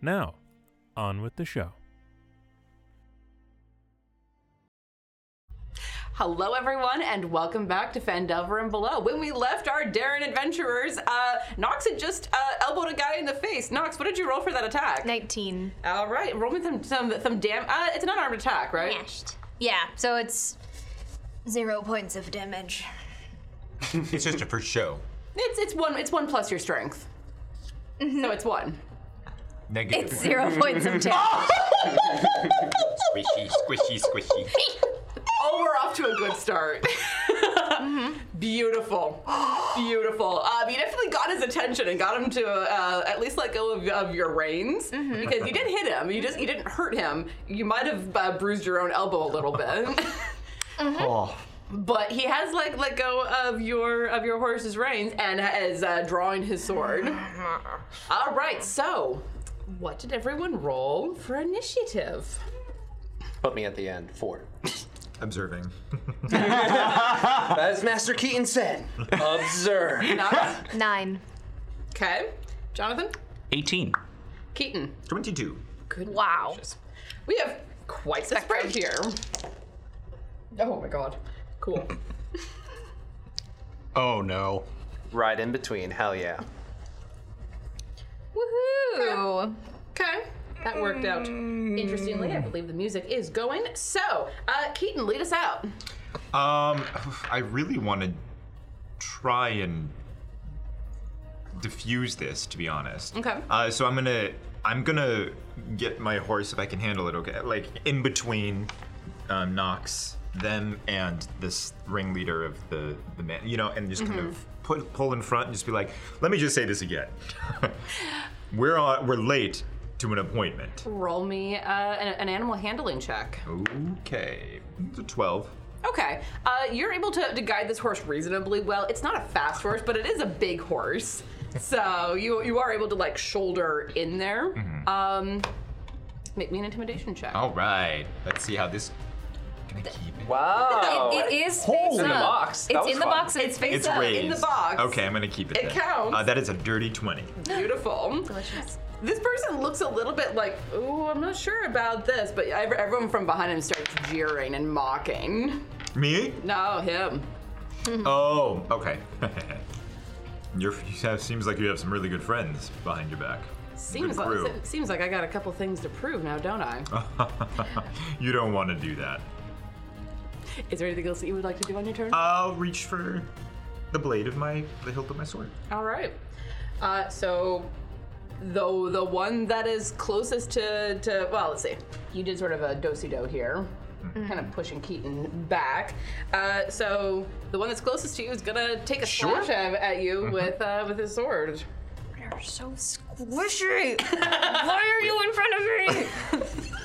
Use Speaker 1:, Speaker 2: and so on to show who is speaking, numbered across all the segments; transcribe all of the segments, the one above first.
Speaker 1: Now, on with the show.
Speaker 2: Hello, everyone, and welcome back to Fandelver and Below. When we left our Darren adventurers, uh, Nox had just uh, elbowed a guy in the face. Nox, what did you roll for that attack?
Speaker 3: 19.
Speaker 2: All right, roll me some some some damn. Uh, it's an unarmed attack, right?
Speaker 3: Mashed. Yeah, so it's zero points of damage.
Speaker 4: It's just a for show.
Speaker 2: It's it's one it's one plus your strength. So it's one.
Speaker 4: Negative.
Speaker 3: It's zero points of damage.
Speaker 4: Squishy, squishy, squishy.
Speaker 2: Oh, we're off to a good start. Beautiful, beautiful. Um, you definitely got his attention and got him to uh, at least let go of, of your reins because you did hit him. You just you didn't hurt him. You might have uh, bruised your own elbow a little bit,
Speaker 4: Oh,
Speaker 2: but he has like let go of your of your horse's reins and is uh, drawing his sword. All right, so what did everyone roll for initiative?
Speaker 5: Put me at the end. Four.
Speaker 4: observing.
Speaker 5: As Master Keaton said, observe.
Speaker 2: Knox?
Speaker 3: Nine.
Speaker 2: okay, Jonathan,
Speaker 6: 18.
Speaker 2: Keaton.
Speaker 4: 22.
Speaker 2: Good
Speaker 3: Wow.
Speaker 2: gracious. We have quite a spread here. Oh my god. Cool.
Speaker 6: Oh no.
Speaker 5: Right in between. Hell yeah.
Speaker 3: Woohoo!
Speaker 2: Okay. Hmm. That worked out. Interestingly, I believe the music is going. So, uh, Keaton, lead us out.
Speaker 4: Um, I really want to try and diffuse this, to be honest.
Speaker 2: Okay.
Speaker 4: Uh, so I'm gonna, I'm gonna get my horse if I can handle it. Okay, like in between, um, Knox, them, and this ringleader of the the man, you know, and just kind of put pull in front and just be like, let me just say this again. we're on, we're late to an appointment.
Speaker 2: Roll me uh, an, an animal handling check.
Speaker 4: Okay, it's a twelve.
Speaker 2: Okay. Uh, you're able to, to guide this horse reasonably well. It's not a fast horse, but it is a big horse. So you you are able to like shoulder in there. Um, make me an intimidation check.
Speaker 4: All right, let's see how this. Can I keep it?
Speaker 5: Wow.
Speaker 3: It is face
Speaker 5: in the
Speaker 3: up.
Speaker 5: box. That
Speaker 3: It's
Speaker 5: was
Speaker 3: in the
Speaker 5: fun.
Speaker 3: box and it's face
Speaker 4: It's
Speaker 3: up.
Speaker 4: raised.
Speaker 2: uh, in the box.
Speaker 4: Okay, I'm gonna keep it.
Speaker 2: It
Speaker 4: then.
Speaker 2: counts.
Speaker 4: Uh, that is a dirty twenty.
Speaker 2: Beautiful.
Speaker 3: Delicious.
Speaker 2: This person looks a little bit like, ooh, I'm not sure about this, but ev- everyone from behind him starts jeering and mocking.
Speaker 4: Me?
Speaker 2: No, him.
Speaker 4: Oh, okay. Your you have, seems like you have some really good friends behind your back.
Speaker 2: Seems
Speaker 4: Good
Speaker 2: like,
Speaker 4: crew.
Speaker 2: se- seems like I got a couple things to prove now, don't I?
Speaker 4: Uh. you don't want to do that.
Speaker 2: Is there anything else that you would like to do on your turn?
Speaker 4: I'll reach for the blade of my the hilt of my sword.
Speaker 2: All right. Uh, so, though the one that is closest to, to well, let's see. You did sort of a do si do here,
Speaker 4: Mm-hmm.
Speaker 2: kind of pushing Keaton back. Uh, so the one that's closest to you is gonna take a
Speaker 4: Sure. Mm-hmm.
Speaker 2: slash at at you with uh, with his sword.
Speaker 3: You're so squishy. Why are you in front of me?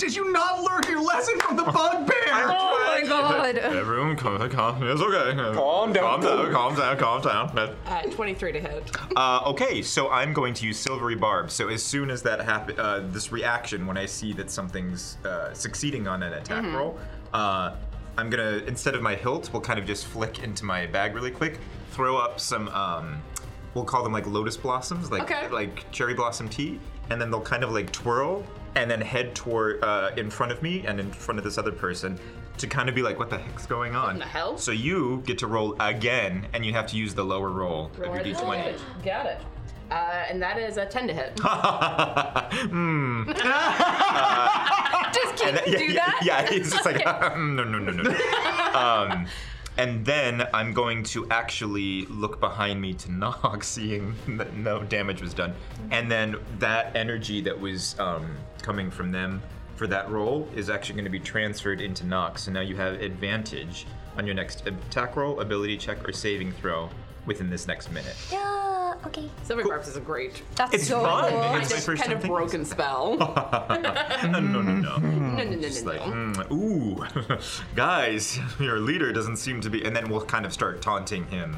Speaker 4: Did you not learn your lesson from the bugbear?
Speaker 3: Oh my god.
Speaker 4: Everyone, calm, calm. It's okay.
Speaker 5: Calm down.
Speaker 4: Calm down. Calm down. Calm down.
Speaker 2: Uh, Twenty three to hit.
Speaker 4: Uh, okay, so I'm going to use Silvery Barb. So as soon as that happen, uh, this reaction when I see that something's uh, succeeding on an attack
Speaker 2: Mm-hmm.
Speaker 4: roll, uh, I'm gonna instead of my hilt, we'll kind of just flick into my bag really quick, throw up some, um, we'll call them like lotus blossoms, like
Speaker 2: Okay.
Speaker 4: like cherry blossom tea, and then they'll kind of like twirl and then head toward uh, in front of me and in front of this other person to kind of be like, what the heck's going on?
Speaker 2: the hell?
Speaker 4: So you get to roll again, and you have to use the lower roll of your d20.
Speaker 2: Got it. Uh, and that is a ten to hit.
Speaker 3: Just
Speaker 4: And
Speaker 3: kidding.
Speaker 4: that- yeah,
Speaker 3: do that?
Speaker 4: yeah, Yeah, it's just like, um, no, no, no, no. no. um, and then I'm going to actually look behind me to knock, seeing that no damage was done. And then that energy that was um, coming from them for that roll is actually going to be transferred into Nox. So now you have advantage on your next attack roll, ability check, or saving throw within this next minute.
Speaker 3: Yeah, Oh, okay.
Speaker 2: Silver Barbs is a great,
Speaker 3: That's
Speaker 4: It's
Speaker 3: so
Speaker 4: fun.
Speaker 3: cool.
Speaker 4: It's my first
Speaker 2: kind
Speaker 4: time
Speaker 2: of
Speaker 4: thinking-
Speaker 2: broken spell.
Speaker 4: no, no, no, no.
Speaker 2: no, no, no, no,
Speaker 4: It's like,
Speaker 2: no.
Speaker 4: mm, ooh, guys, your leader doesn't seem to be. And then we'll kind of start taunting him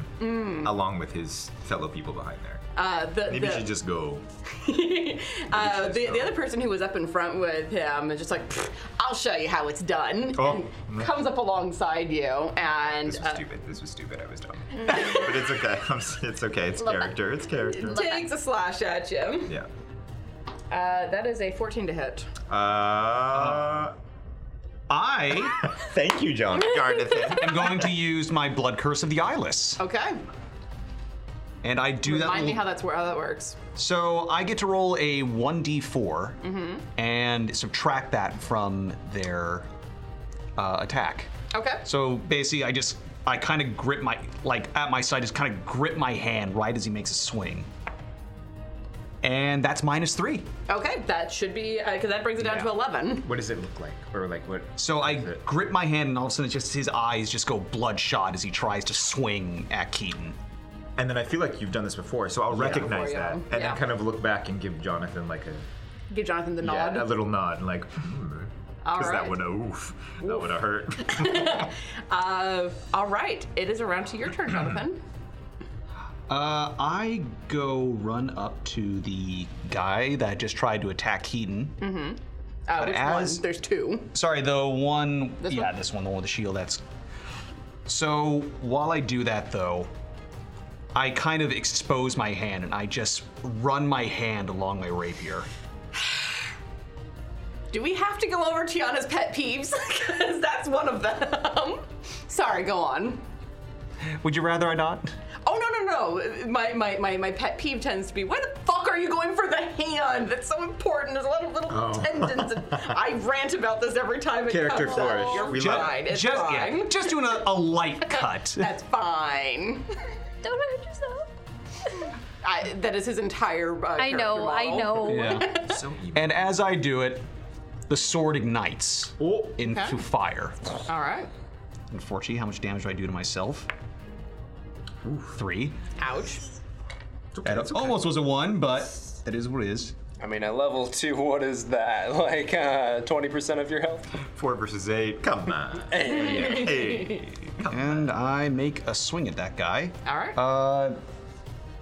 Speaker 4: along with his fellow people behind there.
Speaker 2: Uh, the,
Speaker 4: Maybe
Speaker 2: Mm. the,
Speaker 4: you should just go.
Speaker 2: uh, the, the other person who was up in front with him is just like, "Pfft, I'll show you how it's done.
Speaker 4: Oh.
Speaker 2: And comes up alongside you and
Speaker 4: This was
Speaker 2: uh,
Speaker 4: stupid. This was stupid. I was dumb. but it's okay. I'm, s- it's okay. It's
Speaker 3: Love that.
Speaker 4: character. It's character.
Speaker 2: takes a slash at you.
Speaker 4: Yeah.
Speaker 2: Uh, that is a 14 to hit.
Speaker 4: Uh,
Speaker 6: I
Speaker 4: thank you, John. Garnathan.
Speaker 6: am going to use my Blood Curse of the Eyeless.
Speaker 2: Okay.
Speaker 6: And I do that.
Speaker 2: Oh, Remind me
Speaker 6: l-
Speaker 2: how that's how that Mm-hmm. works.
Speaker 6: So I get to roll a 1d4 and subtract that from their uh, attack.
Speaker 2: Okay.
Speaker 6: So basically, I just, I kind of grip my, like at my side, just kind of grip my hand right as he makes a swing. And that's minus three.
Speaker 2: Okay, that should be because that brings it down
Speaker 6: Yeah.
Speaker 2: to 11.
Speaker 4: what does it look like? Or like what?
Speaker 6: So I grip my hand, and all of a sudden, it's just his eyes just go bloodshot as he tries to swing at Keaton.
Speaker 4: And then I feel like you've done this before, so I'll recognize
Speaker 2: Before, yeah.
Speaker 4: that, and
Speaker 2: Yeah.
Speaker 4: then kind of look back and give Jonathan like a
Speaker 2: Give Jonathan the nod.
Speaker 4: yeah, a little nod, and like, hmm.
Speaker 2: All
Speaker 4: Because that
Speaker 2: right.
Speaker 4: would have, oof, that would have hurt.
Speaker 2: Uh, all right, it is around to your turn, Jonathan.
Speaker 6: Uh, I go run up to the guy that just tried to attack Keaton.
Speaker 2: Uh, which
Speaker 6: as-
Speaker 2: one? There's two.
Speaker 6: Sorry, the one.
Speaker 2: This
Speaker 6: yeah,
Speaker 2: one?
Speaker 6: this one, the one with the shield. That's. So while I do that, though, I kind of expose my hand and I just run my hand along my rapier.
Speaker 2: Do we have to go over Tiana's pet peeves? Because that's one of them. Sorry, go on.
Speaker 6: Would you rather I not?
Speaker 2: Oh no no no! My, my my my pet peeve tends to be why the fuck are you going for the hand? That's so important. There's a lot of little tendons. And I rant about this every time it
Speaker 4: Oh. Character
Speaker 2: comes up.
Speaker 4: flourish.
Speaker 2: You're
Speaker 4: We love it.
Speaker 2: fine. It's
Speaker 6: just
Speaker 2: fine.
Speaker 6: yeah, just doing a, a light cut.
Speaker 2: That's fine.
Speaker 3: Don't hurt yourself.
Speaker 2: I, that is his entire. Uh,
Speaker 3: I know,
Speaker 2: character
Speaker 3: I
Speaker 2: model.
Speaker 3: know.
Speaker 6: yeah.
Speaker 4: so evil.
Speaker 6: And as I do it, the sword ignites
Speaker 4: Oh.
Speaker 6: into
Speaker 2: Okay.
Speaker 6: fire.
Speaker 2: All right.
Speaker 6: Unfortunately, how much damage do I do to myself? Three.
Speaker 2: Ouch.
Speaker 6: That almost was a one, but that is what it is.
Speaker 5: I mean, at level two, what is that? Like uh, 20% of your health?
Speaker 4: Four versus eight. Come on. Hey. Come on.
Speaker 6: And I make a swing at that guy.
Speaker 2: All right.
Speaker 6: Uh,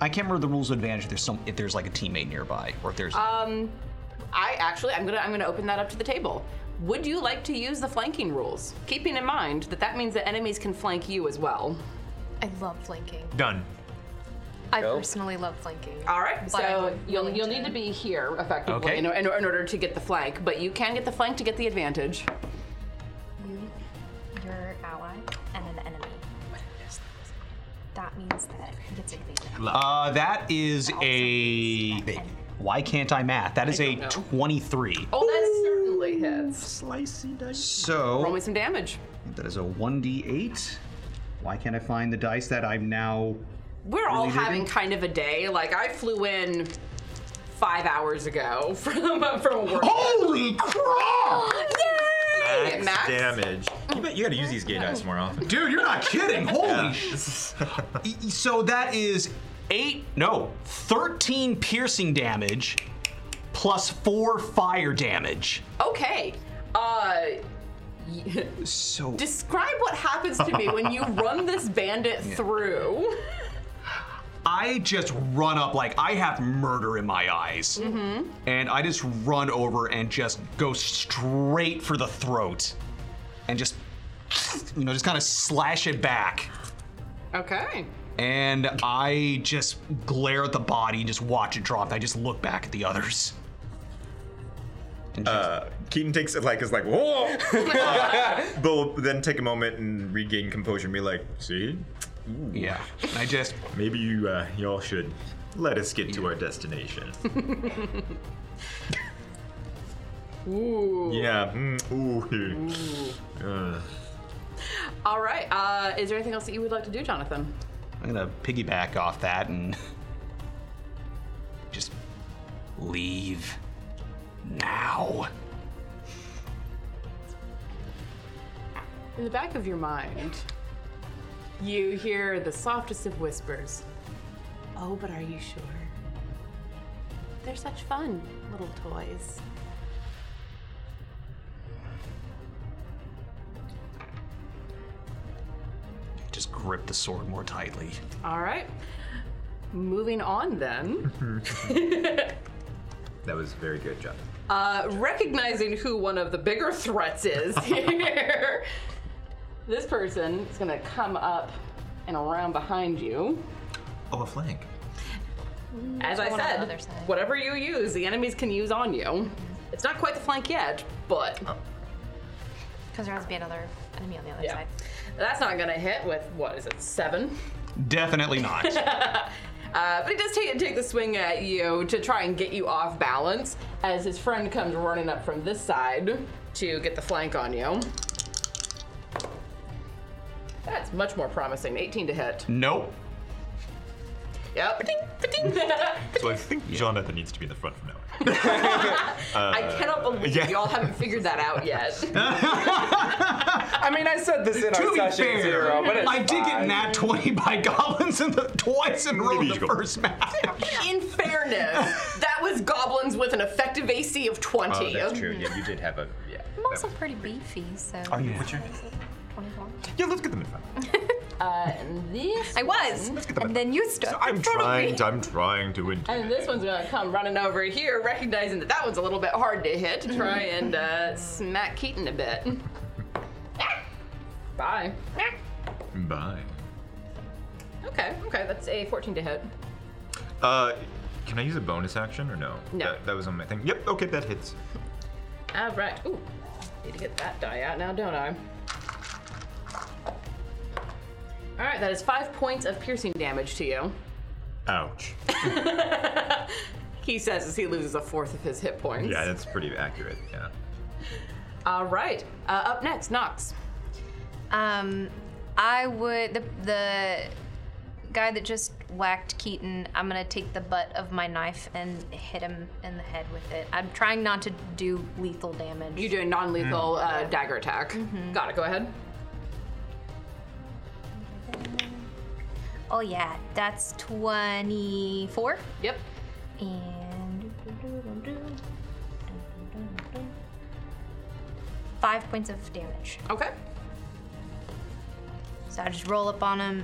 Speaker 6: I can't remember the rules of advantage. If there's some, if there's like a teammate nearby, or if there's.
Speaker 2: Um, I actually, I'm gonna, I'm gonna open that up to the table. Would you like to use the flanking rules? Keeping in mind that that means that enemies can flank you as well.
Speaker 3: I love flanking.
Speaker 4: Done.
Speaker 3: I
Speaker 5: Go.
Speaker 3: personally love flanking.
Speaker 2: All right.
Speaker 3: But I'm
Speaker 2: so you'll
Speaker 3: willing
Speaker 2: you'll need to be here effectively
Speaker 6: Okay.
Speaker 2: in, in, in order to get the flank, but you can get the flank to get the advantage.
Speaker 3: You, your ally, and an enemy. That means that he gets advantage.
Speaker 6: Uh, that is a.
Speaker 3: Thank you.
Speaker 6: Why can't I math? That is a
Speaker 2: don't know.
Speaker 6: 23.
Speaker 2: Oh, that certainly hits.
Speaker 4: Slicey dice.
Speaker 2: Roll
Speaker 6: So
Speaker 2: me some damage.
Speaker 6: that is a 1d8. Why can't I find the dice that I'm now?
Speaker 2: We're all
Speaker 6: Really, Ruby?
Speaker 2: having kind of a day. Like I flew in five hours ago from from a work.
Speaker 4: Holy crap!
Speaker 2: Yay! Max?
Speaker 4: damage. You bet you gotta use these gay dice more often.
Speaker 6: Dude, you're not kidding! Holy sh! E,
Speaker 4: This is-
Speaker 6: So that is eight, no, 13 piercing damage plus four fire damage.
Speaker 2: Okay. Uh, y-
Speaker 6: So
Speaker 2: describe what happens to me when you run this bandit through.
Speaker 6: I just run up like I have murder in my eyes. And I just run over and just go straight for the throat and just, you know, just kind of slash it back.
Speaker 2: Okay.
Speaker 6: And I just glare at the body and just watch it drop. I just look back at the others. And just-
Speaker 4: uh, Keaton takes it like is like whoa, but will then take a moment and regain composure and be like, see, Ooh,
Speaker 6: yeah. And I just
Speaker 4: maybe you uh, y'all should let us get to our destination.
Speaker 2: Ooh.
Speaker 4: yeah. mm, ooh. Uh,
Speaker 2: All right. Uh, is there anything else that you would like to do, Jonathan?
Speaker 6: I'm gonna piggyback off that and just leave now.
Speaker 2: In the back of your mind, you hear the softest of whispers. Oh, but are you sure? They're such fun little toys.
Speaker 6: Just grip the sword more tightly.
Speaker 2: All right. Moving on then.
Speaker 4: That was very good, John.
Speaker 2: Uh, recognizing who one of the bigger threats is here, this person is going to come up and around behind you.
Speaker 4: Oh, a flank.
Speaker 2: As I
Speaker 3: one on the
Speaker 2: said,
Speaker 3: other side.
Speaker 2: whatever you use, the enemies can use on you. It's not quite the flank yet, but
Speaker 3: Because there has to be another enemy on the other
Speaker 2: yeah.
Speaker 3: side.
Speaker 2: That's not gonna hit with what is it, seven?
Speaker 6: Definitely not.
Speaker 2: Uh, but he does take take the swing at you to try and get you off balance as his friend comes running up from this side to get the flank on you. That's much more promising. 18 to hit.
Speaker 6: nope.
Speaker 2: Yep. Ba-ding, ba-ding.
Speaker 4: So I think Jonathan needs to be in the front from now on.
Speaker 2: I cannot believe
Speaker 4: yeah.
Speaker 2: y'all haven't figured that out yet.
Speaker 5: I mean, I said this in
Speaker 6: To
Speaker 5: our
Speaker 6: be
Speaker 5: session
Speaker 6: fair,
Speaker 5: zero, but it's
Speaker 6: I did get
Speaker 5: fine.
Speaker 6: nat 20 by goblins in the twice in a row in
Speaker 4: Maybe
Speaker 6: the
Speaker 4: you go-
Speaker 6: first match.
Speaker 2: In fairness, that was goblins with an effective AC of 20.
Speaker 4: Oh, that's true. Yeah, you did have a. Yeah.
Speaker 3: I'm also pretty beefy, so.
Speaker 6: Are you?
Speaker 4: Oh, What's your?
Speaker 3: 24.
Speaker 4: Yeah, let's get them in front.
Speaker 2: And this
Speaker 3: I was! And then you stuck.
Speaker 4: I'm
Speaker 3: in front of
Speaker 4: trying.
Speaker 3: me.
Speaker 4: To, I'm trying to win.
Speaker 2: And this one's gonna come running over here, recognizing that that one's a little bit hard to hit, to try and uh, smack Keaton a bit. Bye.
Speaker 4: Bye.
Speaker 2: Okay, okay, that's a 14 to hit.
Speaker 4: Uh, can I use a bonus action or no?
Speaker 2: No.
Speaker 4: That, that was on my thing. Yep. Okay, that hits.
Speaker 2: All right. Ooh, need to get that die out now, don't I? All right, that is five points of piercing damage to you.
Speaker 4: Ouch.
Speaker 2: He says as he loses a fourth of his hit points.
Speaker 4: Yeah, that's pretty accurate. Yeah.
Speaker 2: All right. Uh, up next, Nox.
Speaker 3: Um, I would the the guy that just whacked Keaton. I'm gonna take the butt of my knife and hit him in the head with it. I'm trying not to do lethal damage.
Speaker 2: You do a non-lethal uh, dagger attack. Got it. Go ahead.
Speaker 3: oh yeah, that's 24
Speaker 2: Yep.
Speaker 3: and five points of damage.
Speaker 2: Okay.
Speaker 3: So I just roll up on him,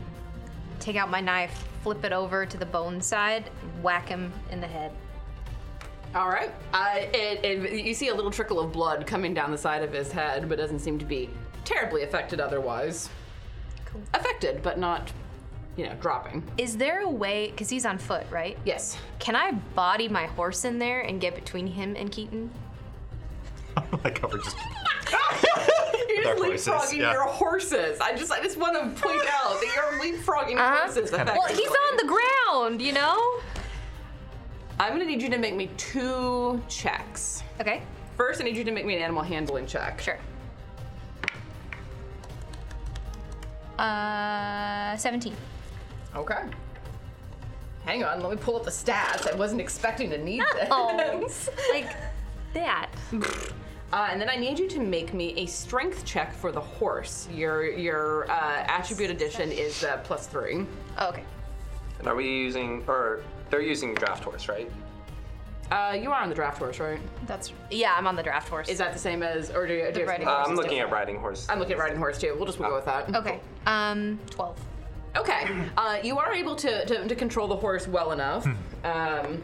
Speaker 3: take out my knife, flip it over to the bone side, whack him in the head.
Speaker 2: All right. Uh, it, it, you see a little trickle of blood coming down the side of his head, but doesn't seem to be terribly affected otherwise.
Speaker 3: Cool.
Speaker 2: Affected, but not, you know, dropping.
Speaker 3: Is there a way? Because he's on foot, right?
Speaker 2: Yes.
Speaker 3: Can I body my horse in there and get between him and Keaton?
Speaker 4: like how we're just.
Speaker 2: You're
Speaker 4: Their
Speaker 2: just
Speaker 4: horses,
Speaker 2: leapfrogging
Speaker 4: yeah.
Speaker 2: your horses. I just, I just want to point out that you're leapfrogging
Speaker 3: Uh-huh.
Speaker 2: horses.
Speaker 3: Well, he's on the ground, you know?
Speaker 2: I'm gonna need you to make me two checks.
Speaker 3: Okay,
Speaker 2: First, I need you to make me an animal handling check.
Speaker 3: sure. Uh, 17.
Speaker 2: Okay. Hang on, let me pull up the stats. I wasn't expecting to need
Speaker 3: Oh,
Speaker 2: this.
Speaker 3: like that.
Speaker 2: Uh, and then I need you to make me a strength check for the horse. Your your uh, attribute addition is uh, plus three.
Speaker 3: Oh, okay.
Speaker 5: And are we using, or they're using draft horse, right?
Speaker 2: Uh, you are on the draft horse, right?
Speaker 3: That's yeah. I'm on the draft horse.
Speaker 2: Is that the same as or do you, do you have
Speaker 3: riding
Speaker 2: something
Speaker 5: Uh,
Speaker 2: else
Speaker 5: I'm
Speaker 2: that's
Speaker 5: looking at
Speaker 2: different?
Speaker 5: riding horse.
Speaker 2: I'm looking at riding horse too. We'll just we'll go with that.
Speaker 3: okay? Um, 12.
Speaker 2: Okay. Uh, you are able to, to, to control the horse well enough um,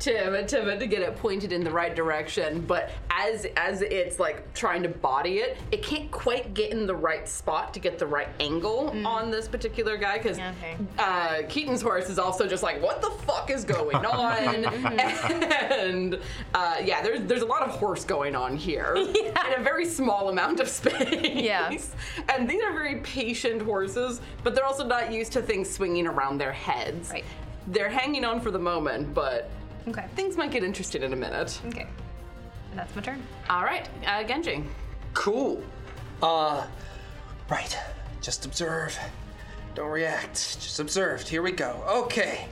Speaker 2: to, to, to get it pointed in the right direction, but as as it's like trying to body it, it can't quite get in the right spot to get the right angle on this particular guy because
Speaker 3: Hmm. Okay.
Speaker 2: uh, Keaton's horse is also just like, what the fuck is going on?
Speaker 3: Hmm.
Speaker 2: and uh, yeah, there's there's a lot of horse going on here in a very small amount of space.
Speaker 3: Yeah.
Speaker 2: And these are very patient horses, but they're also not used to things swinging around their heads.
Speaker 3: Right.
Speaker 2: They're hanging on for the moment, but
Speaker 3: Okay.
Speaker 2: things might get interesting in a minute.
Speaker 3: Okay. And that's my turn.
Speaker 2: All right, uh, Genji.
Speaker 5: Cool. Uh, right. Just observe. Don't react. Just observe. Here we go. Okay.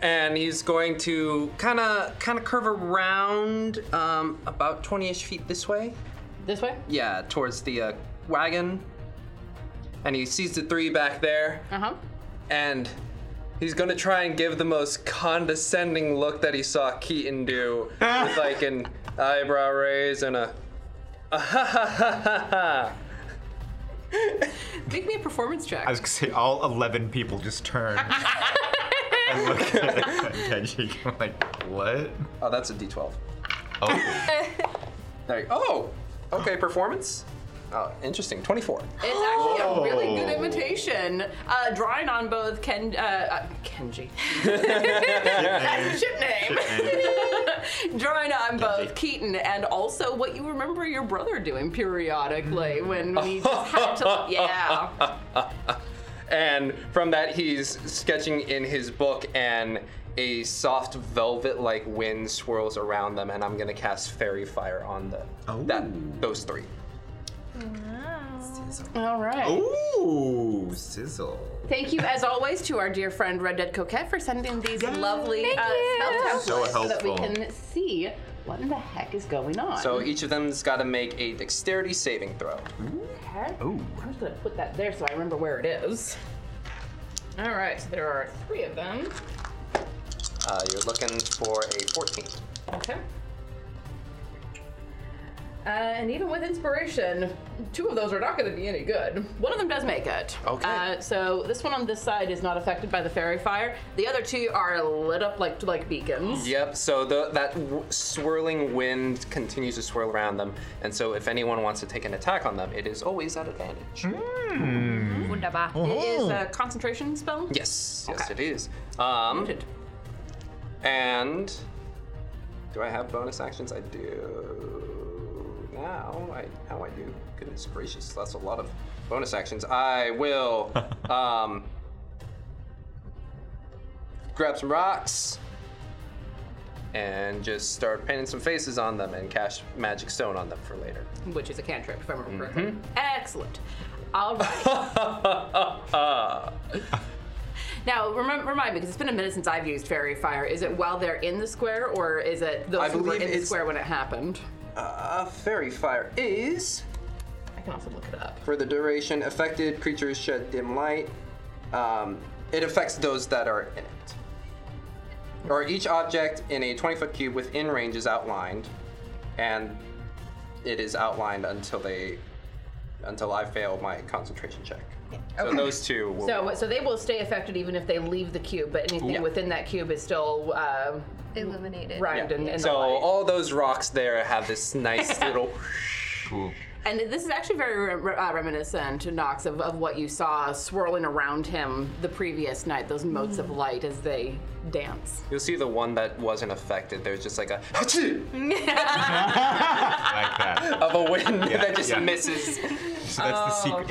Speaker 5: And he's going to kind of kind of curve around um, about 20-ish feet this way.
Speaker 2: This way?
Speaker 5: Yeah, towards the uh, wagon. And he sees the three back there.
Speaker 2: Uh huh.
Speaker 5: And He's gonna try and give the most condescending look that he saw Keaton do, with like an eyebrow raise and a, a ha ha ha ha ha.
Speaker 2: Make me a performance check.
Speaker 4: I was gonna say all eleven people just turn and look at Kenji I'm like, what?
Speaker 5: Oh, that's a D12.
Speaker 4: Oh,
Speaker 5: There you go. Oh, okay, performance. Oh, interesting. 24.
Speaker 2: It's actually a really good
Speaker 4: Oh.
Speaker 2: imitation. Uh, drawing on both Ken, uh, uh, Kenji. That's the ship name. drawing on both Keaton and also what you remember your brother doing periodically when we just had to. Yeah.
Speaker 5: And from that, he's sketching in his book, and a soft velvet like wind swirls around them. And I'm gonna cast Fairy Fire on the that those three.
Speaker 2: All right.
Speaker 4: ooh, sizzle.
Speaker 2: Thank you, as always, to our dear friend Red Dead Coquette for sending these lovely uh, spell templates
Speaker 4: So
Speaker 2: that we
Speaker 4: helpful.
Speaker 2: can see what in the heck is going on.
Speaker 5: So each of them's got to make a Dexterity saving throw.
Speaker 2: Okay.
Speaker 5: Oh.
Speaker 2: I'm just gonna put that there so I remember where it is. All right, so there are three of them.
Speaker 5: Uh, you're looking for a 14.
Speaker 2: Okay. Uh, and even with inspiration, two of those are not going to be any good. One of them does make it.
Speaker 5: Okay.
Speaker 2: Uh, so this one on this side is not affected by the fairy fire. The other two are lit up like like beacons.
Speaker 5: Yep. So the, that w- swirling wind continues to swirl around them, and so if anyone wants to take an attack on them, it is always at advantage.
Speaker 3: Wunderbar.
Speaker 2: It is a concentration spell.
Speaker 5: Yes. Yes,
Speaker 2: Okay.
Speaker 5: it is. Um,
Speaker 2: Noted.
Speaker 5: And do I have bonus actions? I do. Now I now I do. Goodness gracious, that's a lot of bonus actions. I will um, grab some rocks and just start painting some faces on them and cash magic stone on them for later.
Speaker 2: Which is a cantrip, if I remember correctly.
Speaker 5: Mm-hmm.
Speaker 2: Excellent. All right. Now, remem- remind me, because it's been a minute since I've used Fairy Fire. Is it while they're in the square, or is it those
Speaker 5: I
Speaker 2: who were
Speaker 5: believe
Speaker 2: in the
Speaker 5: it's-
Speaker 2: square when it happened?
Speaker 5: uh, fairy fire is
Speaker 2: I can also look it up.
Speaker 5: For the duration, affected creatures shed dim light. Um, it affects those that are in it. Or each object in a 20 foot cube within range is outlined, and it is outlined until they, until I fail my concentration check. So those two will.
Speaker 2: So, so they will stay affected even if they leave the cube, but anything
Speaker 5: Yeah.
Speaker 2: within that cube is still um
Speaker 3: Illuminated.
Speaker 2: round and, and
Speaker 5: so all those rocks there have this nice little.
Speaker 4: Cool.
Speaker 2: And this is actually very re- uh, reminiscent to Knox of, of what you saw swirling around him the previous night, those motes of light as they dance.
Speaker 5: You'll see the one that wasn't affected. There's just like a
Speaker 4: I like that.
Speaker 5: of a wind that just
Speaker 4: yeah.
Speaker 5: misses.
Speaker 4: So that's the
Speaker 2: Oh.
Speaker 4: secret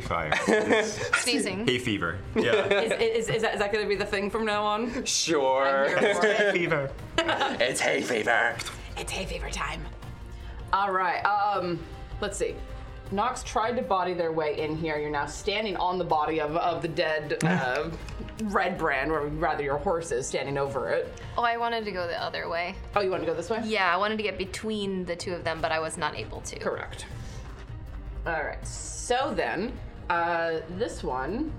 Speaker 4: fire. It's
Speaker 3: Sneezing.
Speaker 4: hay fever. Yeah.
Speaker 2: Is, is, is that, is that going to be the thing from now on?
Speaker 5: Sure.
Speaker 4: hay fever.
Speaker 5: It's hay fever.
Speaker 2: It's hay fever time. All right. Um, let's see. Knox tried to body their way in here. You're now standing on the body of, of the dead uh, red brand, or rather, your horse is standing over it.
Speaker 3: Oh, I wanted to go the other way.
Speaker 2: Oh, you want to go this way?
Speaker 3: Yeah, I wanted to get between the two of them, but I was not able to.
Speaker 2: Correct. All right. So then, uh, this one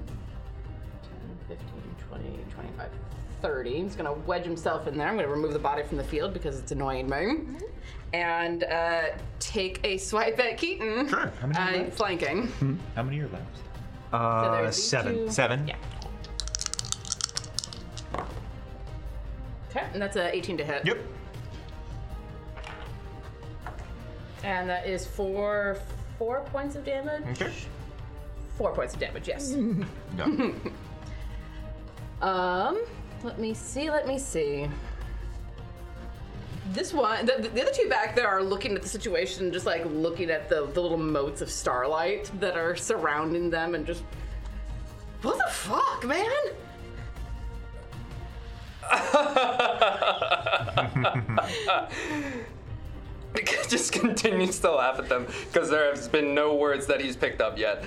Speaker 2: 10, 15, 20, 25, 30. He's going to wedge himself in there. I'm going to remove the body from the field because it's annoying me. And uh, take a swipe at Keaton.
Speaker 4: Sure. How many are
Speaker 2: Uh,
Speaker 4: left?
Speaker 2: flanking.
Speaker 4: How many are left?
Speaker 2: So
Speaker 4: Mm-hmm. Uh,
Speaker 2: there's these
Speaker 4: seven.
Speaker 2: two.
Speaker 4: Seven.
Speaker 2: Yeah. Okay, and that's a 18 to hit.
Speaker 4: Yep.
Speaker 2: And that is for four points of damage.
Speaker 4: Okay.
Speaker 2: Four points of damage, yes.
Speaker 4: No.
Speaker 2: Um, let me see, let me see. This one, the, the other two back there are looking at the situation, just like looking at the, the little motes of starlight that are surrounding them and just. What the fuck, man?
Speaker 5: just continues to laugh at them because there has been no words that he's picked up yet.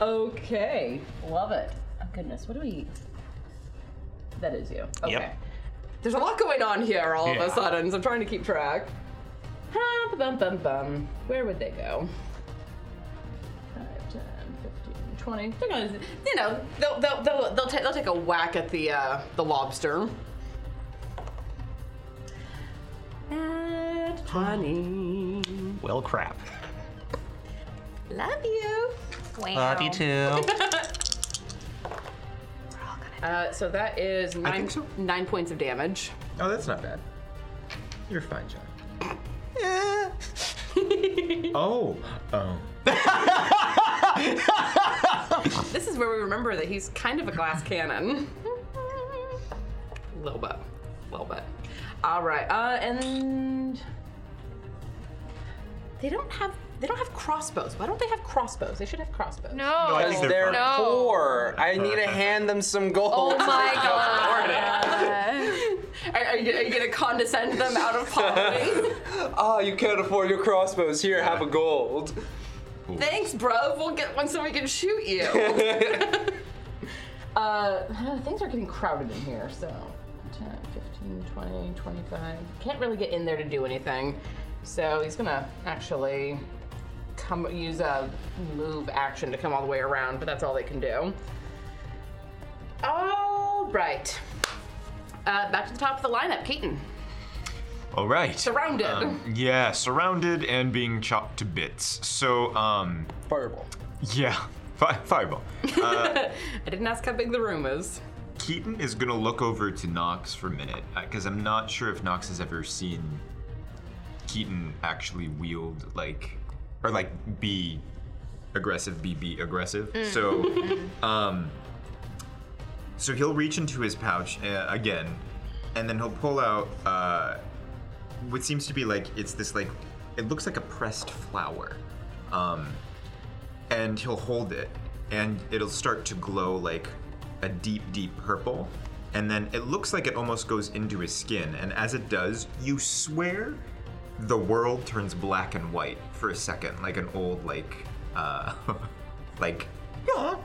Speaker 2: Okay, love it. Oh, goodness, what do we. That is you. Okay. There's a lot going on here all of
Speaker 7: Yeah.
Speaker 2: a sudden, so I'm trying to keep track. Hum, bum, bum, bum. Where would they go? 5, 10, 15, 20, twenty. They're gonna, you know, they'll they'll they'll, they'll, ta- they'll take a whack at the uh, the lobster. At twenty.
Speaker 6: Well, crap.
Speaker 2: Love you.
Speaker 3: Wow.
Speaker 4: Oh.
Speaker 6: too.
Speaker 2: Uh, so that is nine,
Speaker 4: think so.
Speaker 2: nine points of damage.
Speaker 4: Oh, that's not bad. You're fine, John. oh, oh.
Speaker 2: This is where we remember that he's kind of a glass cannon. little bit, little bit. All right, uh, and they don't have they don't have crossbows. Why don't they have crossbows? They should have crossbows.
Speaker 3: No.
Speaker 4: I think
Speaker 5: Because
Speaker 4: they're
Speaker 5: they're
Speaker 3: No.
Speaker 5: poor. I need to hand them some gold.
Speaker 3: Oh my god.
Speaker 2: Are, are you, are you gonna condescend them out of poverty?
Speaker 5: Oh, you can't afford your crossbows. Here, have a gold.
Speaker 2: Thanks, bro. We'll get one so we can shoot you. uh, things are getting crowded in here, so 10, 15, 20, 25. Can't really get in there to do anything. So he's gonna actually come use a move action to come all the way around, but that's all they can do. All right. Uh, back to the top of the lineup, Keaton.
Speaker 4: All right.
Speaker 2: Surrounded.
Speaker 4: Uh. yeah, surrounded and being chopped to bits. So, um,
Speaker 5: Fireball.
Speaker 4: yeah, fi- fireball.
Speaker 2: I didn't ask how big the room is.
Speaker 4: Keaton is gonna look over to Knox for a minute because I'm not sure if Knox has ever seen Keaton actually wield like or like be aggressive, be be aggressive. So, um, so he'll reach into his pouch uh, again, and then he'll pull out uh, what seems to be like it's this like it looks like a pressed flower. Um, and he'll hold it and it'll start to glow like a deep deep purple and then it looks like it almost goes into his skin and as it does you swear the world turns black and white for a second like an old like uh like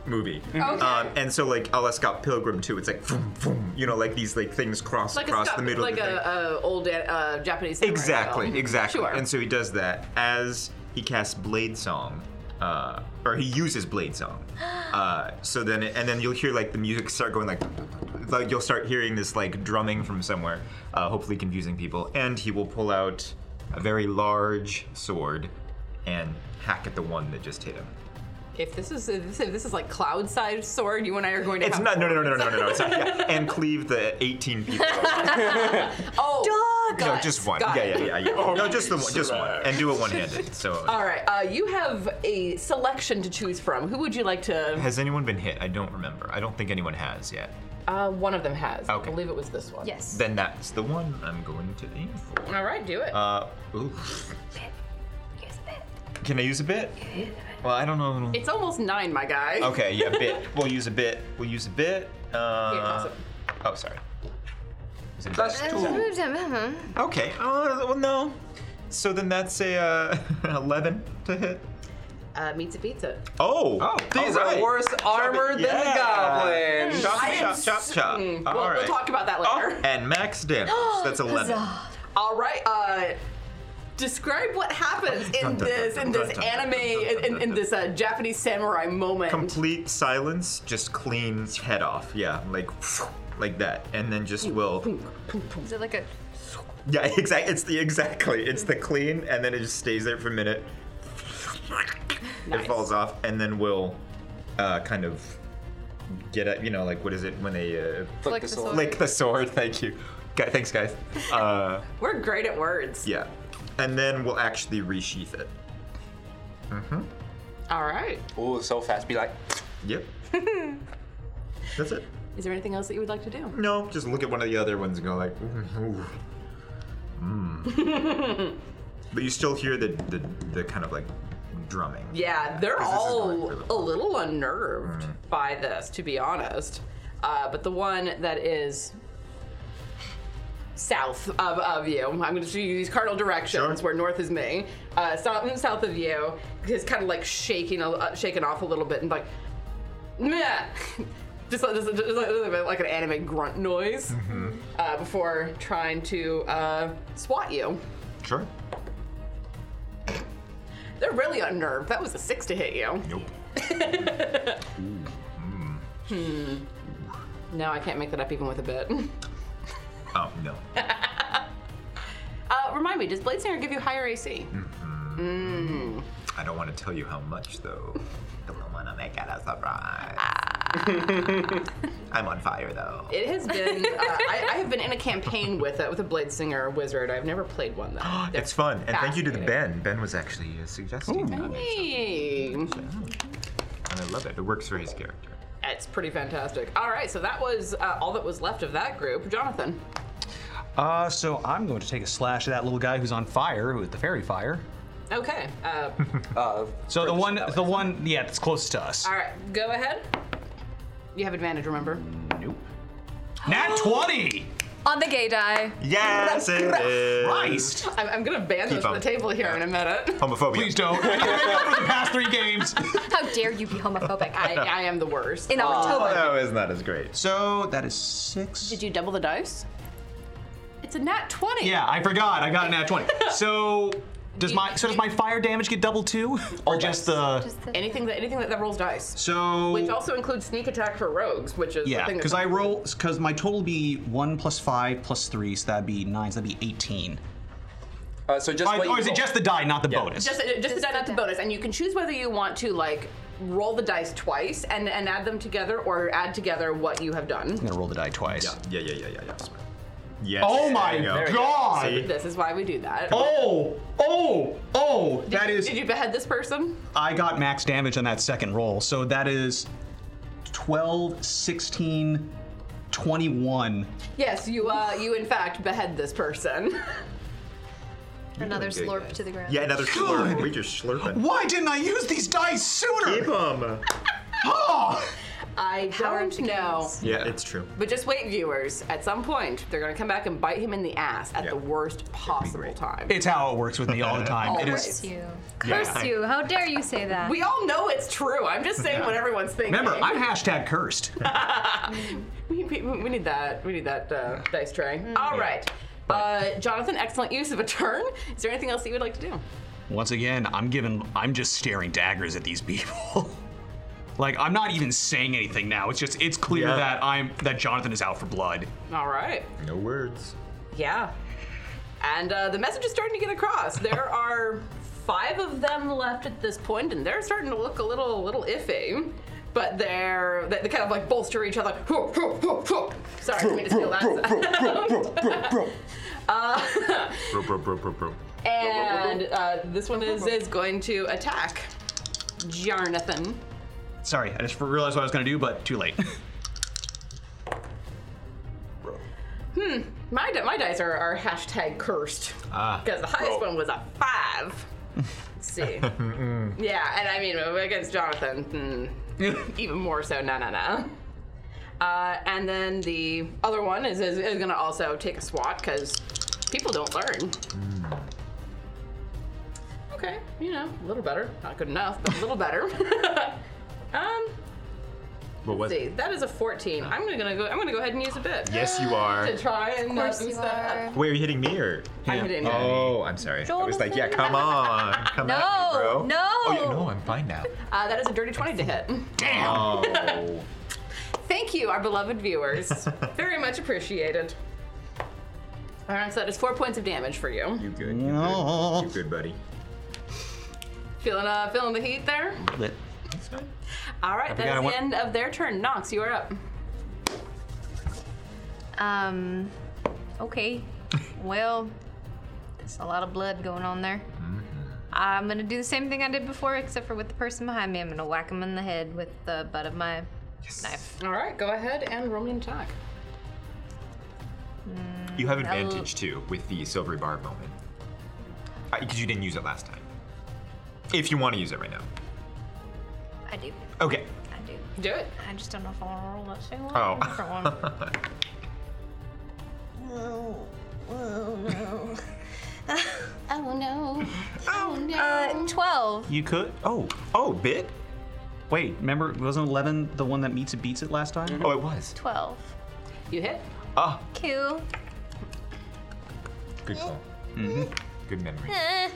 Speaker 4: movie um, and so like a la Scott Pilgrim too it's like vroom, vroom, you know like these like things cross
Speaker 2: like
Speaker 4: across
Speaker 2: a Scott-
Speaker 4: the middle
Speaker 2: like
Speaker 4: of the thing.
Speaker 2: a, a old uh, Japanese samurai
Speaker 4: Exactly,
Speaker 2: style.
Speaker 4: exactly.
Speaker 2: Um, Sure.
Speaker 4: And so he does that as he casts Blade Song, uh, or he uses Blade Song. Uh, so then, and then you'll hear like the music start going like, like you'll start hearing this like drumming from somewhere, uh, hopefully confusing people. And he will pull out a very large sword and hack at the one that just hit him.
Speaker 2: if this is if this, if this is like cloud side sword, you and I are going to.
Speaker 4: It's
Speaker 2: have
Speaker 4: not, no, no, no, no, no, no, no. It's not, yeah. And cleave the 18 people.
Speaker 2: Oh,
Speaker 4: no,
Speaker 2: got it,
Speaker 4: just one.
Speaker 2: got
Speaker 4: Yeah,
Speaker 2: it.
Speaker 4: yeah, yeah, yeah. no, just the one, just one, and do it one-handed. So.
Speaker 2: All right, uh, you have a selection to choose from. Who would you like to?
Speaker 4: Has anyone been hit? I don't remember. I don't think anyone has yet.
Speaker 2: Uh, one of them has.
Speaker 4: Okay.
Speaker 2: I believe it was this one.
Speaker 3: Yes.
Speaker 4: Then that's the one I'm going to aim for.
Speaker 2: All right, do it.
Speaker 4: Uh, ooh.
Speaker 3: Use it.
Speaker 4: Can I use a bit? Well, I don't know.
Speaker 2: it's almost nine, my guy.
Speaker 4: Okay, yeah, bit. We'll use a bit. We'll use a bit.
Speaker 2: Here, toss
Speaker 4: Uh,
Speaker 2: it.
Speaker 4: oh, sorry. Is it
Speaker 5: That's
Speaker 4: bad?
Speaker 5: two.
Speaker 4: Okay. Uh, well, no. So then that's a uh, 11 to hit.
Speaker 2: Uh, meets a pizza.
Speaker 4: Oh,
Speaker 6: Oh,
Speaker 5: These are worse armored than
Speaker 4: Yeah.
Speaker 3: Hmm.
Speaker 5: the goblins.
Speaker 4: Chop,
Speaker 2: I am
Speaker 4: chop, chop, chop.
Speaker 2: Mm, we'll,
Speaker 4: All right. Oh, eh.
Speaker 2: we'll talk about that later.
Speaker 4: And max damage. That's 11.
Speaker 2: All right. Uh, describe what happens in
Speaker 4: Dun, dun, dun,
Speaker 2: this in
Speaker 4: dun,
Speaker 2: this
Speaker 4: dun, dun,
Speaker 2: anime
Speaker 4: dun,
Speaker 2: in,
Speaker 4: dun,
Speaker 2: in, in
Speaker 4: dun,
Speaker 2: this uh, Japanese samurai moment.
Speaker 4: complete silence, just clean head off. Yeah, like like that, and then just will.
Speaker 3: Is it like a
Speaker 4: Yeah, exactly. It's the exactly. It's the clean, and then it just stays there for a minute. It falls off, and then will uh, kind of get at you know like what is it when they uh,
Speaker 5: Flick
Speaker 3: Like
Speaker 5: the
Speaker 3: the
Speaker 5: sword.
Speaker 3: sword.
Speaker 4: lick the sword? Thank you. Guy, thanks, guys. Uh,
Speaker 2: We're great at words.
Speaker 4: yeah, and then we'll actually resheath it.
Speaker 2: All right.
Speaker 5: Ooh, so fast. Be like,
Speaker 4: Yep. That's it.
Speaker 2: Is there anything else that you would like to do?
Speaker 4: No, just look at one of the other ones and go like, ooh. Mm. but you still hear the, the the kind of like drumming.
Speaker 2: Yeah, they're
Speaker 4: Because this is going
Speaker 2: all
Speaker 4: really
Speaker 2: a little unnerved
Speaker 4: Mm.
Speaker 2: by this, to be honest. Uh, but the one that is south of, of you, I'm going to use cardinal directions
Speaker 4: Sure.
Speaker 2: where north is me. Uh, south and south of you is kind of like shaking, a- uh, shaking off a little bit, and like, meh. Just, like- just, just like, like an anime grunt noise
Speaker 4: Mm-hmm.
Speaker 2: uh, before trying to uh, swat you.
Speaker 4: Sure.
Speaker 2: They're really unnerved. That was a six to hit you.
Speaker 4: Nope.
Speaker 8: No, I can't make that up even with a bit.
Speaker 4: Oh, no.
Speaker 8: Uh, remind me, does Bladesinger give you higher AC?
Speaker 4: I don't want to tell you how much, though. Don't want to make it a surprise. I'm on fire, though.
Speaker 8: It has been. Uh, I, I have been in a campaign with uh, with a Bladesinger wizard. I've never played one though. They're
Speaker 4: It's fun. And thank you to the
Speaker 8: fascinating.
Speaker 4: Ben. Ben was actually uh,
Speaker 6: Oh,
Speaker 4: suggesting that.
Speaker 8: Hey.
Speaker 4: And I love it. It works for his character.
Speaker 8: It's pretty fantastic. All right, so that was uh, all that was left of that group. Jonathan.
Speaker 6: Uh, so I'm going to take a slash at that little guy who's on fire with the fairy fire.
Speaker 8: Okay. Uh,
Speaker 5: Uh,
Speaker 6: So the one, the one, yeah, that's closest to us.
Speaker 8: all right, go ahead. You have advantage, remember?
Speaker 6: Nope. Nat 20!
Speaker 3: On the gay die.
Speaker 4: Yes, it is.
Speaker 6: Christ!
Speaker 8: I'm, I'm gonna ban this from
Speaker 4: on.
Speaker 8: the table here in a minute.
Speaker 4: Homophobia.
Speaker 6: Please don't. I can't make up for the past three games.
Speaker 3: How dare you be homophobic?
Speaker 8: I, I am the worst.
Speaker 3: in October.
Speaker 4: No, it's not as great.
Speaker 6: So that is six.
Speaker 8: Did you double the dice? It's a nat 20.
Speaker 6: Yeah, I forgot. I got an nat 20. So does my so does my fire damage get double too, or just the?
Speaker 8: Anything that anything that, that rolls dice. Which
Speaker 6: So
Speaker 8: also includes sneak attack for rogues, which is
Speaker 6: yeah,
Speaker 8: the thing
Speaker 6: because I roll because my total would be one plus five plus three, so that'd be nine, so that'd be eighteen.
Speaker 5: uh, so just
Speaker 6: Or,
Speaker 5: what
Speaker 6: or
Speaker 5: you
Speaker 6: is it
Speaker 5: rolled.
Speaker 6: just the die, not the bonus?
Speaker 8: Just, just, just the die, not the bonus, and you can choose whether you want to like roll the dice twice and, and add them together, or add together what you have done.
Speaker 6: I'm gonna roll the die twice.
Speaker 4: Yeah, yeah, yeah, yeah, yeah. Yes.
Speaker 6: Oh my
Speaker 4: There you go.
Speaker 6: god!
Speaker 8: This is why we do that.
Speaker 6: Oh, oh, oh! that is.
Speaker 8: Did you behead this person?
Speaker 6: I got max damage on that second roll, so that is 12, 16, 21.
Speaker 8: Yes, you uh, you in fact behead this person.
Speaker 3: Another
Speaker 4: Good,
Speaker 3: slurp
Speaker 4: guys.
Speaker 3: to the ground.
Speaker 4: Yeah, another slurp. We just slurping.
Speaker 6: Why didn't I use these dice
Speaker 4: Keep
Speaker 6: sooner?
Speaker 4: 'em.
Speaker 6: Oh!
Speaker 8: I
Speaker 3: Power
Speaker 8: don't
Speaker 3: to
Speaker 8: know.
Speaker 3: chaos.
Speaker 4: Yeah, it's true.
Speaker 8: But just wait, viewers. At some point, they're gonna come back and bite him in the ass at
Speaker 4: Yeah.
Speaker 8: the worst possible
Speaker 4: great.
Speaker 8: time.
Speaker 6: It's how it works with me all the time. It
Speaker 8: Always.
Speaker 6: is.
Speaker 3: Curse you. Curse
Speaker 4: Yeah.
Speaker 3: you. How dare you say that?
Speaker 8: we all know it's true. I'm just saying what everyone's thinking.
Speaker 6: Remember, I'm hashtag cursed.
Speaker 8: we, we, we need that. We need that uh, dice tray. All right. Uh, Jonathan, excellent use of a turn. Is there anything else that you would like to do?
Speaker 6: Once again, I'm giving. I'm just staring daggers at these people. like I'm not even saying anything now. It's just. It's clear
Speaker 4: Yeah.
Speaker 6: that I'm. That Jonathan is out for blood.
Speaker 8: All right.
Speaker 4: No words.
Speaker 8: Yeah. And uh, the message is starting to get across. There are five of them left at this point, and they're starting to look a little, little iffy. But they're they, they kind of like bolster each other. Sorry, I didn't mean to steal that. Uh,
Speaker 4: Bro, bro, bro, bro, bro.
Speaker 8: And uh, this one is is going to attack Jarnathan.
Speaker 6: Sorry, I just realized what I was gonna do, but too late.
Speaker 8: My, di- my dice are, are hashtag cursed.
Speaker 4: Ah.
Speaker 8: Because the highest one was a five. Let's see.
Speaker 4: Mm-hmm.
Speaker 8: yeah, and I mean, against Jonathan, mm, even more so, no, no, no. Uh, and then the other one is, is, is going to also take a swat because people don't learn.
Speaker 4: Hmm.
Speaker 8: Okay, you know, a little better. Not good enough, but a little better. um,
Speaker 4: What was
Speaker 8: let's see, that is a 14. I'm gonna go. I'm gonna go ahead and use a bit
Speaker 4: Yes, you are.
Speaker 8: to try and uh,
Speaker 3: Curse you
Speaker 8: boost that up.
Speaker 3: are.
Speaker 4: Wait, are you hitting me or?
Speaker 8: I'm hitting it.
Speaker 4: Oh, I'm sorry. I was like, yeah, come on. Come at
Speaker 3: No,
Speaker 4: me, bro.
Speaker 3: no.
Speaker 4: Oh, yeah, no, I'm fine now.
Speaker 8: Uh, that is a dirty 20 to hit.
Speaker 4: Oh.
Speaker 8: Thank you, our beloved viewers. Very much appreciated. All right, so that is four points of damage for you.
Speaker 4: You good, you good. You good, buddy.
Speaker 8: Feeling, uh, feeling the heat there?
Speaker 4: It's fine.
Speaker 8: All right,
Speaker 6: forgot
Speaker 8: that
Speaker 6: I
Speaker 8: is the
Speaker 6: went-
Speaker 8: end of their turn. Knox, you are up.
Speaker 3: Um. Okay. Well, there's a lot of blood going on there. I'm gonna do the same thing I did before, except for with the person behind me. I'm gonna whack him in the head with the butt of my knife.
Speaker 8: All right, go ahead and roll me an attack.
Speaker 4: You have advantage too with the silvery bar moment because you didn't use it last time. If you want to use it right now.
Speaker 3: I do.
Speaker 4: Okay.
Speaker 3: I do.
Speaker 8: Do it.
Speaker 3: I just don't know if I want to roll that same one.
Speaker 4: Oh.
Speaker 3: or a different one.
Speaker 8: Oh, no.
Speaker 3: Uh, twelve.
Speaker 6: You could. Oh,
Speaker 4: oh, bit.
Speaker 6: wait. Remember, wasn't eleven the one that meets it beats it last time?
Speaker 4: Oh, it was.
Speaker 3: Twelve.
Speaker 8: You hit.
Speaker 4: Ah,
Speaker 3: Cool.
Speaker 4: good call. Good memory.
Speaker 3: Eh.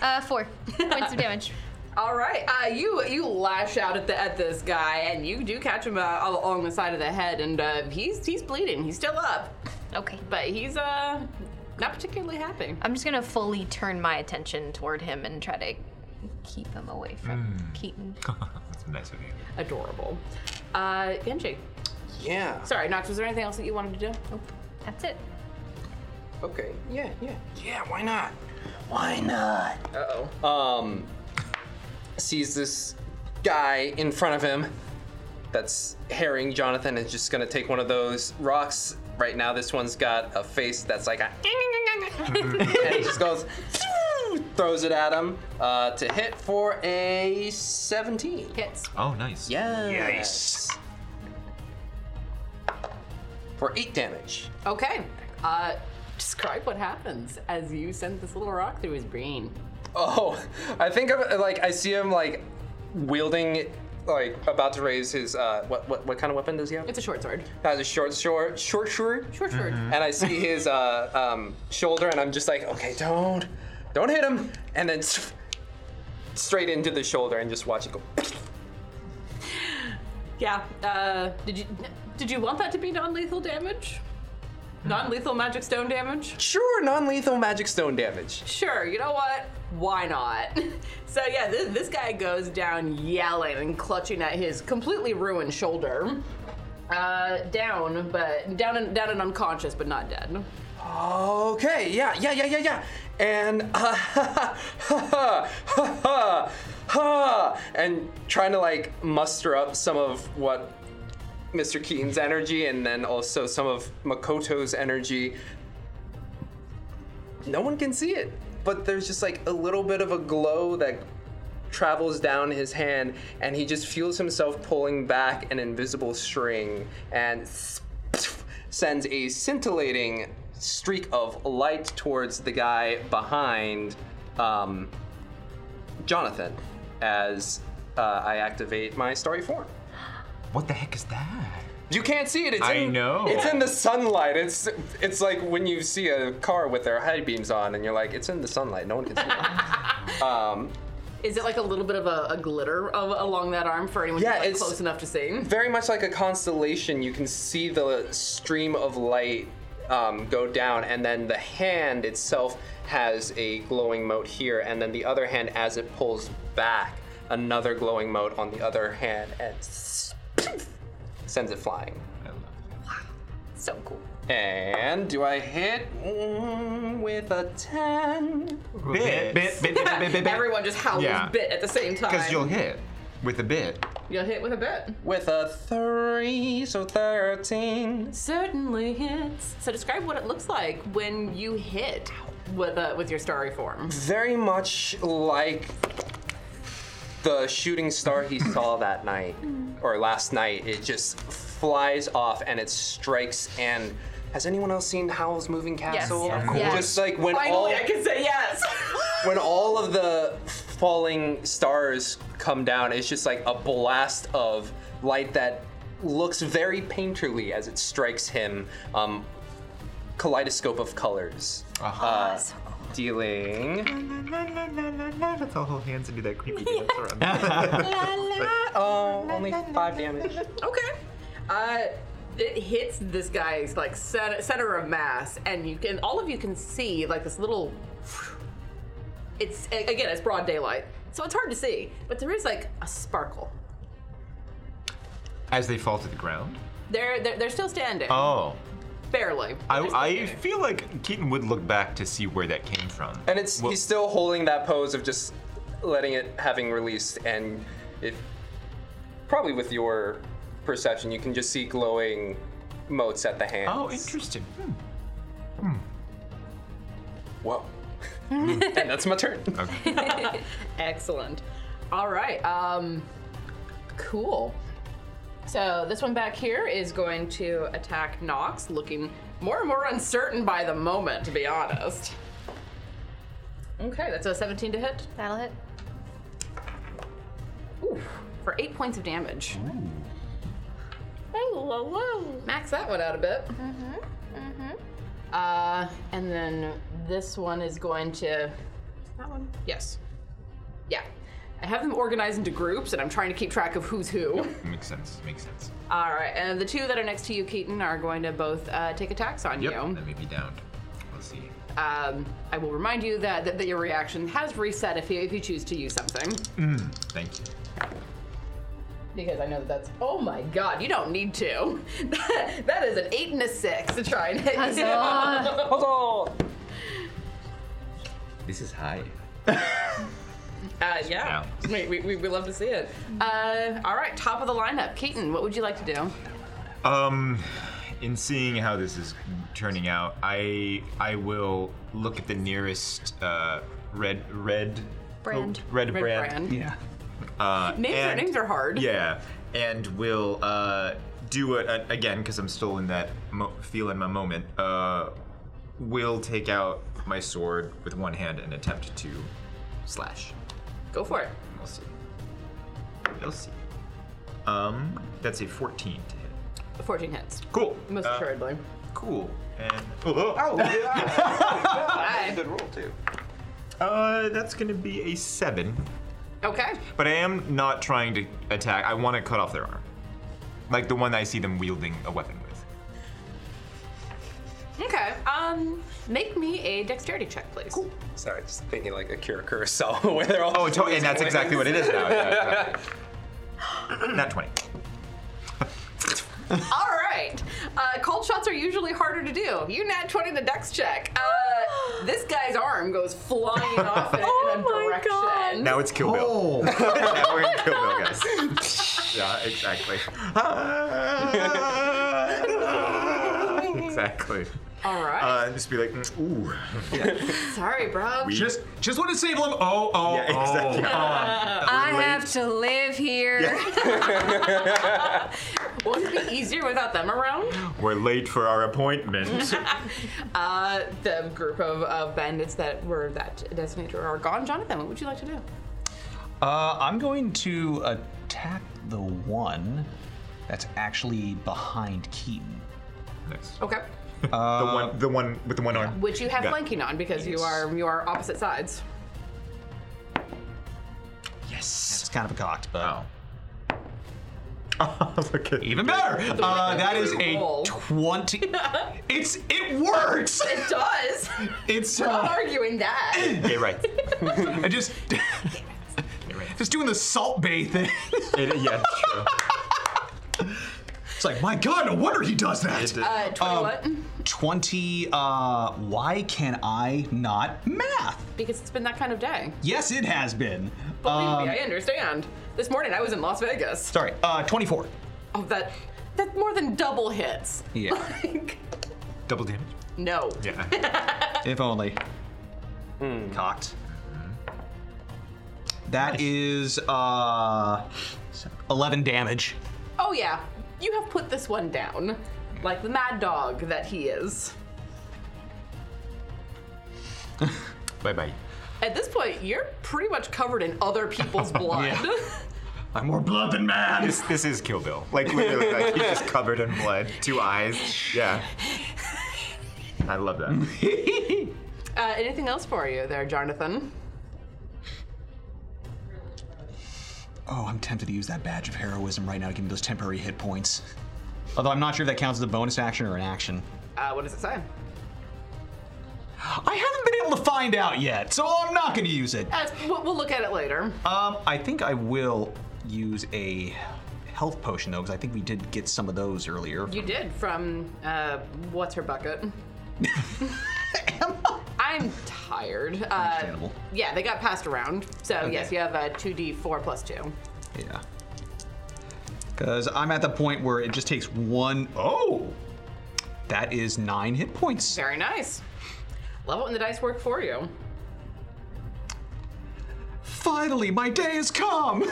Speaker 3: Uh, four points of damage.
Speaker 8: All right, uh, you you lash out at the at this guy, and you do catch him uh, along the side of the head, and uh, he's he's bleeding. He's still up,
Speaker 3: Okay.
Speaker 8: but he's uh not particularly happy.
Speaker 3: I'm just gonna fully turn my attention toward him and try to keep him away from Keaton.
Speaker 4: That's nice of you.
Speaker 8: Adorable. Uh, Genji.
Speaker 5: Yeah.
Speaker 8: Sorry, Nox. Was there anything else that you wanted to do?
Speaker 3: That's it.
Speaker 5: Okay. Yeah, yeah. Yeah, why not? Why not?
Speaker 8: Uh oh.
Speaker 5: Um sees this guy in front of him that's herring Jonathan is just gonna take one of those rocks. Right now this one's got a face that's like a and he just goes throws it at him uh, to hit for a 17.
Speaker 8: Hits.
Speaker 4: Oh, nice.
Speaker 5: Yes. For eight damage.
Speaker 8: Okay. Uh, describe what happens as you send this little rock through his brain.
Speaker 5: Oh, I think of like I see him like wielding, like about to raise his uh, what what what kind of weapon does he have?
Speaker 8: It's a short sword.
Speaker 5: Has a short sword, short sword,
Speaker 8: Short sword.
Speaker 5: and I see his uh, um, shoulder, and I'm just like, okay, don't, don't hit him, and then straight into the shoulder, and just watch it go.
Speaker 8: Yeah. Uh, did you did you want that to be non-lethal damage? Non-lethal magic stone damage?
Speaker 5: Sure, non-lethal magic stone damage.
Speaker 8: Sure, you know what? Why not? So yeah, this, this guy goes down yelling and clutching at his completely ruined shoulder. Uh, down, but down and down and unconscious, but not dead.
Speaker 5: Okay, yeah, yeah, yeah, yeah, yeah. And uh, ha, ha, ha, ha, ha, and trying to like muster up some of what Mr. Keaton's energy and then also some of Makoto's energy. No one can see it, but there's just like a little bit of a glow that travels down his hand and he just feels himself pulling back an invisible string and sends a scintillating streak of light towards the guy behind um, Jonathan as uh, I activate my starry form.
Speaker 4: What the heck is that?
Speaker 5: You can't see it. It's
Speaker 4: I
Speaker 5: in,
Speaker 4: know.
Speaker 5: It's in the sunlight. It's it's like when you see a car with their high beams on, and you're like, it's in the sunlight. No one can see it. um,
Speaker 8: Is it like a little bit of a, a glitter of, along that arm for anyone
Speaker 5: Yeah,
Speaker 8: who's like,
Speaker 5: it's-
Speaker 8: close enough to see?
Speaker 5: very much like a constellation, you can see the stream of light um, go down, and then the hand itself has a glowing mote here, and then the other hand, as it pulls back, another glowing mote on the other hand, and sends it flying.
Speaker 4: I love that.
Speaker 3: So cool.
Speaker 5: And do I hit mm, with a 10?
Speaker 4: Bit, bit, bit, bit, bit, bit, bit, bit.
Speaker 8: Everyone just howls
Speaker 4: Yeah.
Speaker 8: bit at the same time.
Speaker 4: Because you'll hit with a bit.
Speaker 8: You'll hit with a bit.
Speaker 5: With a 3, so 13.
Speaker 8: Certainly hits. So describe what it looks like when you hit with uh, with your starry form.
Speaker 5: Very much like the shooting star he saw that night, or last night. It just flies off and it strikes. And has anyone else seen Howl's Moving Castle?
Speaker 3: Of course.
Speaker 5: Just like when all.
Speaker 8: Finally, I can say yes.
Speaker 5: when all of the falling stars come down, it's just like a blast of light that looks very painterly as it strikes him. Um, kaleidoscope of colors, uh,
Speaker 4: Uh-huh.
Speaker 5: dealing.
Speaker 4: La, la, la, la, la. That's all whole hands and do that creepy dance around.
Speaker 5: Oh, only five damage.
Speaker 8: okay. Uh, it hits this guy's like center, center of mass, and you can all of you can see like this little. It's a- again, it's broad daylight, so it's hard to see, but there is like a sparkle.
Speaker 4: As they fall to the ground?
Speaker 8: They're they're, they're still standing,
Speaker 4: Oh.
Speaker 8: barely.
Speaker 4: I,
Speaker 8: They're still
Speaker 4: I
Speaker 8: standing.
Speaker 4: feel like Keaton would look back to see where that came from.
Speaker 5: And it's
Speaker 4: Well-
Speaker 5: he's still holding that pose of just letting it having released, and if probably with your perception, you can just see glowing motes at the hands.
Speaker 4: Oh, interesting. Hmm.
Speaker 5: Whoa. and that's my turn.
Speaker 4: Okay.
Speaker 8: Excellent. All right. Um, cool. So this one back here is going to attack Nox, looking more and more uncertain by the moment, to be honest. Okay, that's a 17 to hit.
Speaker 3: That'll hit.
Speaker 8: Ooh, for eight points of damage. Ooh, whoa, whoa. Max that one out a bit. Mm-hmm. Mm-hmm. Uh, and then this one is going to. That one? Yes. Yeah. I have them organized into groups, and I'm trying to keep track of who's who.
Speaker 4: Makes sense. Makes sense.
Speaker 8: All right, and the two that are next to you, Keaton, are going to both uh, take attacks on
Speaker 4: Yep.
Speaker 8: you.
Speaker 4: That may be downed. We'll see.
Speaker 8: Um, I will remind you that, that, that your reaction has reset if you, if you choose to use something.
Speaker 4: Thank you.
Speaker 8: Because I know that that's. Oh my god, you don't need to. That, that is an 8 and a 6 to try and hit you.
Speaker 4: This is high.
Speaker 8: Uh, yeah.
Speaker 4: Ow.
Speaker 8: We, we, we we love to see it. Uh, all right, top of the lineup. Keaton, what would you like to do?
Speaker 4: Um, in seeing how this is turning out, I I will look at the nearest uh, red red
Speaker 3: Brand.
Speaker 4: red,
Speaker 8: Red
Speaker 4: brand.
Speaker 8: Brand.
Speaker 6: Yeah.
Speaker 4: Uh,
Speaker 8: Names, are,
Speaker 4: and-
Speaker 8: names are hard.
Speaker 4: Yeah, and will uh, do it uh, again because I'm still in that mo- feel in my moment. Uh, will take out my sword with one hand and attempt to slash.
Speaker 8: Go for it.
Speaker 4: We'll see. We'll see. Um, that's a 14 to hit.
Speaker 8: 14 hits.
Speaker 4: Cool.
Speaker 8: Most
Speaker 4: Uh,
Speaker 8: assuredly.
Speaker 4: Cool. And oh,
Speaker 8: Bye.
Speaker 5: Good roll too.
Speaker 4: uh, that's gonna be a seven.
Speaker 8: Okay.
Speaker 4: But I am not trying to attack. I want to cut off their arm, like the one I see them wielding a weapon with.
Speaker 8: Okay. Um, make me a dexterity check, please.
Speaker 5: Sorry, just thinking like Akira Kurosawa, where they're all.
Speaker 4: Oh, to- and that's exactly what it is now. Yeah, exactly. Not 20.
Speaker 8: All right. Uh, cold shots are usually harder to do. You nat 20 the dex check. Uh, this guy's arm goes flying off in, in a
Speaker 3: my
Speaker 8: direction.
Speaker 4: Now it's Kill Bill.
Speaker 6: Oh.
Speaker 4: Now we're in Kill Bill, guys. yeah, exactly. exactly.
Speaker 8: All right.
Speaker 4: Uh, just be like, mm, ooh.
Speaker 8: Sorry, bro.
Speaker 6: just just want to save them. Oh, oh,
Speaker 4: Yeah, exactly.
Speaker 6: oh.
Speaker 3: I have to live here.
Speaker 8: Won't it be easier without them around?
Speaker 4: We're late for our appointment.
Speaker 8: Uh, the group of, of bandits that were that designator are gone. Jonathan, what would you like to do?
Speaker 6: Uh, I'm going to attack the one that's actually behind Keaton.
Speaker 4: Nice.
Speaker 8: Okay.
Speaker 4: the
Speaker 6: Uh,
Speaker 4: one, the one with the one arm.
Speaker 8: Which you have
Speaker 4: Yeah.
Speaker 8: flanking on because you
Speaker 6: Yes.
Speaker 8: are you are opposite sides.
Speaker 6: Yes. It's kind of a cocked, but.
Speaker 4: Oh. Look at
Speaker 6: Even better. Uh, that is a
Speaker 8: Roll.
Speaker 6: 20. It's it works.
Speaker 8: It does.
Speaker 6: It's
Speaker 8: Not
Speaker 6: uh,
Speaker 8: arguing that.
Speaker 4: Okay, right.
Speaker 6: I just just doing the salt bay thing.
Speaker 4: It- yeah, true.
Speaker 6: It's like my god, no wonder he does that.
Speaker 4: It-
Speaker 8: Uh, 21.
Speaker 6: 20 uh why can I not math?
Speaker 8: because it's been that kind of day.
Speaker 6: Yes, it has been.
Speaker 8: Believe
Speaker 6: Um,
Speaker 8: me, I understand. This morning I was in Las Vegas.
Speaker 6: sorry. Uh 24.
Speaker 8: Oh, that that more than double hits.
Speaker 6: Yeah.
Speaker 8: Like,
Speaker 4: Double damage.
Speaker 8: no.
Speaker 4: Yeah.
Speaker 6: if only. Cocked. Hmm. That is uh 11 damage.
Speaker 8: Oh yeah, you have put this one down, like the mad dog that he is.
Speaker 4: bye bye.
Speaker 8: At this point, you're pretty much covered in other people's blood.
Speaker 6: I'm more blood than man.
Speaker 4: This, this is Kill Bill. Like literally, like he's just covered in blood, two eyes. Yeah. I love that.
Speaker 8: uh, anything else for you there, Jonathan?
Speaker 6: Oh, I'm tempted to use that badge of heroism right now to give me those temporary hit points. Although I'm not sure if that counts as a bonus action or an action.
Speaker 8: Uh, what does it say?
Speaker 6: I haven't been able to find out yet, so I'm not going to use it.
Speaker 8: Uh, we'll, we'll look at it later.
Speaker 6: Um, I think I will use a health potion though, because I think we did get some of those earlier.
Speaker 8: You did from uh, what's her bucket?
Speaker 6: Emma.
Speaker 8: I'm tired. Uh,
Speaker 6: Understandable.
Speaker 8: Yeah, they got passed around. So
Speaker 6: Okay.
Speaker 8: yes, you have a two D four plus two.
Speaker 6: Yeah. Because I'm at the point where it just takes one. Oh, that is nine hit points.
Speaker 8: Very nice. Love it when the dice work for you.
Speaker 6: Finally, my day has come.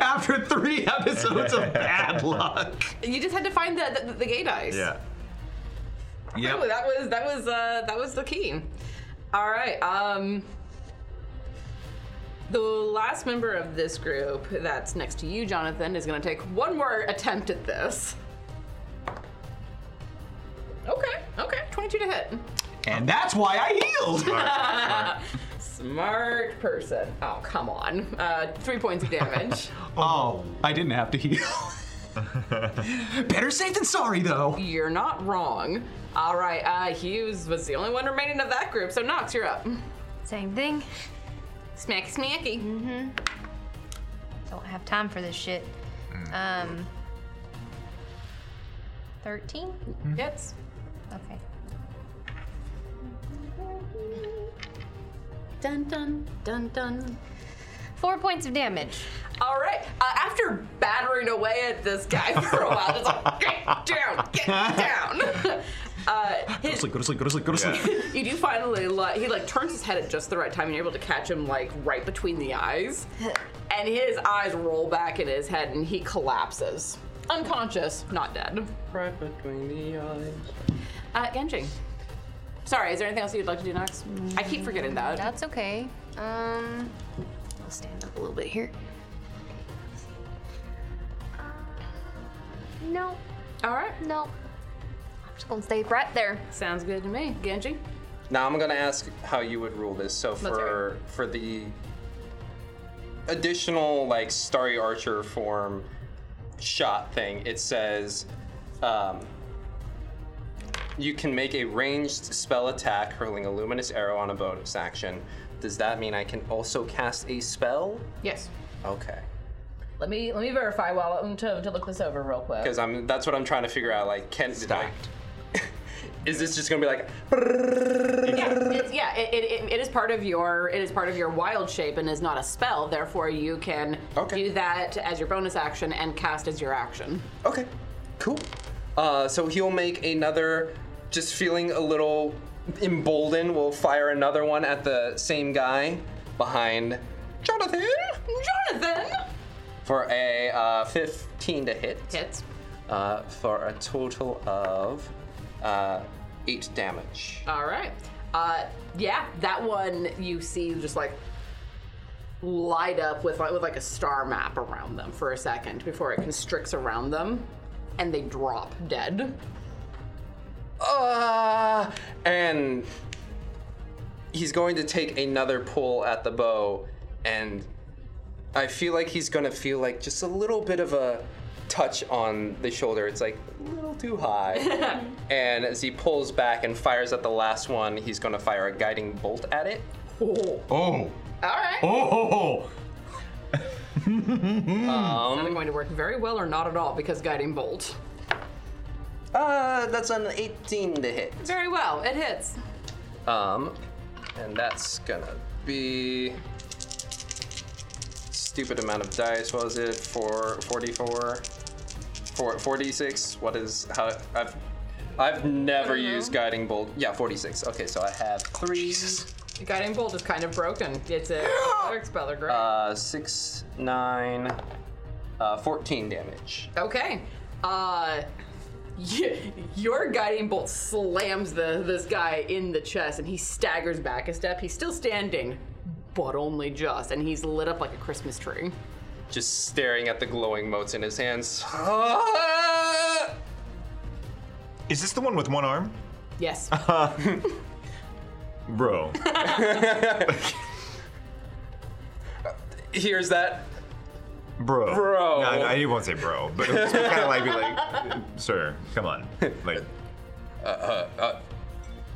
Speaker 6: After three episodes of bad luck.
Speaker 8: You just had to find the the, the gay dice.
Speaker 4: Yeah.
Speaker 6: Yep.
Speaker 8: Oh, that was that was uh, that was the key. All right. Um, the last member of this group that's next to you, Jonathan, is going to take one more attempt at this. Okay. Okay. Twenty-two to hit.
Speaker 6: And that's why I healed.
Speaker 8: S- Smart person. Oh, come on. Uh, three points of damage.
Speaker 6: Oh, I didn't have to heal. Better safe than sorry, though.
Speaker 8: you're not wrong. All right, uh, Hughes was the only one remaining of that group, so Knox, you're up.
Speaker 3: Same thing.
Speaker 8: Smacky, smacky.
Speaker 3: Don't have time for this shit. Um. 13?
Speaker 8: Hits.
Speaker 3: Okay.
Speaker 8: Dun dun dun dun.
Speaker 3: Four points of damage.
Speaker 8: All right. Uh, after battering away at this guy for a while, it's like get down, get down. uh,
Speaker 6: Go to
Speaker 8: his,
Speaker 6: sleep, go to sleep, go to sleep, go to sleep.
Speaker 8: you do finally like he like turns his head at just the right time, and you're able to catch him like right between the eyes, and his eyes roll back in his head, and he collapses, unconscious, not dead.
Speaker 5: Right between the eyes.
Speaker 8: Uh, Genji. Sorry, is there anything else you'd like to do next? I keep forgetting that.
Speaker 3: That's okay. Um. I'll stand up a little bit here. No,
Speaker 8: All right.
Speaker 3: no. I'm just gonna stay right there.
Speaker 8: Sounds good to me. Genji?
Speaker 5: Now I'm gonna ask how you would rule this. So
Speaker 8: hear
Speaker 5: for for the additional like starry archer form shot thing, it says um, you can make a ranged spell attack hurling a luminous arrow on a bonus action. Does that mean I can also cast a spell?
Speaker 8: Yes.
Speaker 5: Okay.
Speaker 8: Let me let me verify while to, to look this over real quick.
Speaker 5: Because I'm that's what I'm trying to figure out. Like, can like, is this just gonna be like
Speaker 8: yeah, it's, yeah it, it, it- it is part of your it is part of your wild shape and is not a spell. Therefore, you can
Speaker 5: Okay.
Speaker 8: do that as your bonus action and cast as your action.
Speaker 5: Okay, cool. Uh, so he'll make another, just feeling a little emboldened, will fire another one at the same guy behind Jonathan
Speaker 8: Jonathan
Speaker 5: for a uh, 15 to hit.
Speaker 8: hits.
Speaker 5: Uh, for a total of uh, 8 damage.
Speaker 8: All right. Uh, yeah, that one you see just like light up with like, with like a star map around them for a second before it constricts around them, and they drop dead.
Speaker 5: Ah! and he's going to take another pull at the bow, and I feel like he's gonna feel like just a little bit of a touch on the shoulder. It's like a little too high. and as he pulls back and fires at the last one, he's gonna fire a guiding bolt at it.
Speaker 6: Oh,
Speaker 8: All right.
Speaker 6: oh, ho, ho.
Speaker 8: Not going to work very well or not at all because guiding bolt.
Speaker 5: Uh, that's an 18 to hit.
Speaker 8: Very well, it hits.
Speaker 5: Um, and that's gonna be stupid amount of dice. What was it? Four, 44, four, 46. What is how I've I've never used guiding bolt. Yeah, 46. Okay, so I have three,
Speaker 8: Guiding bolt is kind of broken. It's a cleric spell, great.
Speaker 5: uh, six, nine, uh, 14 damage.
Speaker 8: Okay. Uh, y- your guiding bolt slams the this guy in the chest, and he staggers back a step. He's still standing, but only just, and he's lit up like a Christmas tree.
Speaker 5: Just staring at the glowing motes in his hands. Ah!
Speaker 4: Is this the one with one arm?
Speaker 8: Yes.
Speaker 4: Bro.
Speaker 5: Here's that.
Speaker 4: Bro.
Speaker 5: Bro.
Speaker 4: No, no, I won't say bro, but it's kind of like, be like, sir, come on. Like,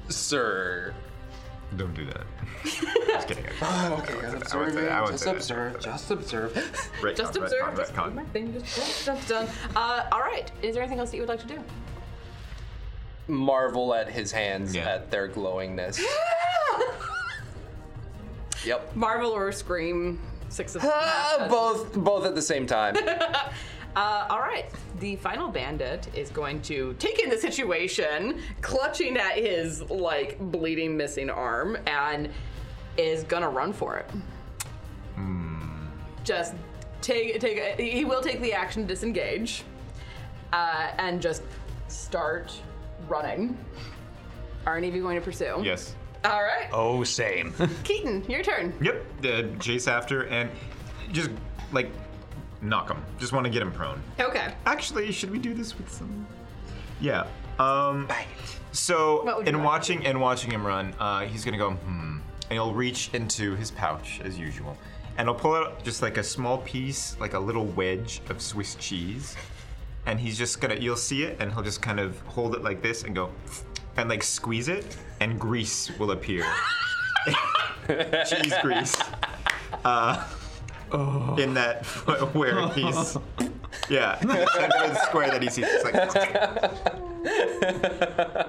Speaker 5: Sir.
Speaker 4: don't do that. Just kidding.
Speaker 5: Okay,
Speaker 4: I wouldn't
Speaker 5: just
Speaker 4: say- I wouldn't say- I
Speaker 5: observe.
Speaker 4: wouldn't
Speaker 5: Just
Speaker 4: say that.
Speaker 5: observe. Just observe.
Speaker 4: Retcon,
Speaker 8: just
Speaker 4: retcon,
Speaker 8: observe. Just
Speaker 4: retcon.
Speaker 8: do my thing. Just dun, dun, dun. Uh, all right. Is there anything else that you would like to do?
Speaker 5: marvel at his hands
Speaker 4: Yeah.
Speaker 5: at their glowingness. yep.
Speaker 8: Marvel or scream? Six of.
Speaker 5: Ah, both both at the same time.
Speaker 8: Uh, all right, the final bandit is going to take in the situation, clutching at his like bleeding, missing arm, and is gonna run for it.
Speaker 4: Hmm.
Speaker 8: Just take take. He will take the action to disengage, uh, and just start running. Are any of you going to pursue?
Speaker 4: Yes.
Speaker 8: All right,
Speaker 6: Oh, same.
Speaker 8: Keaton, your turn.
Speaker 4: Yep. Uh, chase after and just like knock him. Just want to get him prone.
Speaker 8: Okay.
Speaker 4: Actually, should we do this with some? Yeah. Um. So,
Speaker 8: What would you
Speaker 4: in
Speaker 8: like?
Speaker 4: watching and watching him run, uh, he's gonna go. Hmm. and he'll reach into his pouch as usual, and he'll pull out just like a small piece, like a little wedge of Swiss cheese, and he's just gonna. You'll see it, and he'll just kind of hold it like this and go, and like squeeze it, and grease will appear. cheese grease. Uh, In that where he's. Yeah, that little square that he sees. It's like, and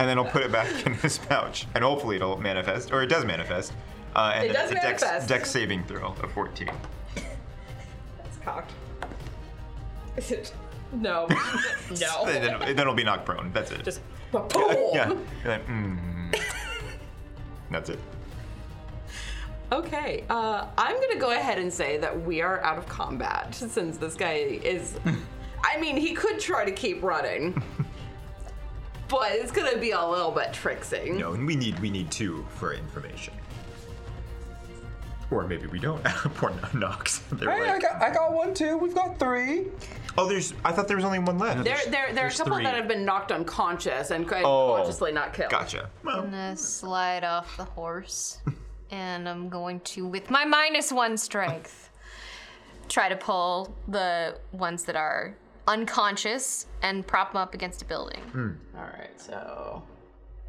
Speaker 4: then he'll put it back in his pouch, and hopefully it'll manifest, or it does manifest. Uh, and
Speaker 8: It does
Speaker 4: it's a dex,
Speaker 8: manifest.
Speaker 4: dex saving throw of 14.
Speaker 8: That's cocked. Is it? No. no.
Speaker 4: Then, it'll- then it'll be knocked prone. That's it.
Speaker 8: Just. boom.
Speaker 4: yeah. You're like, mm. That's it.
Speaker 8: Okay, uh, I'm gonna go ahead and say that we are out of combat since this guy is. I mean, he could try to keep running, but it's gonna be a little bit tricksy.
Speaker 4: No, and we need we need two for information. Or maybe we don't. Poor Knox. They're
Speaker 5: Hey, I
Speaker 4: like-
Speaker 5: got, I got one too. We've got three.
Speaker 4: oh, there's. I thought there was only one left.
Speaker 8: There, there, there are a
Speaker 4: There's
Speaker 8: couple
Speaker 4: three.
Speaker 8: that have been knocked unconscious and could
Speaker 4: Oh,
Speaker 8: consciously not killed.
Speaker 4: Gotcha. Well,
Speaker 3: I'm gonna slide off the horse, and I'm going to, with my minus one strength, try to pull the ones that are unconscious and prop them up against a building.
Speaker 8: All right, so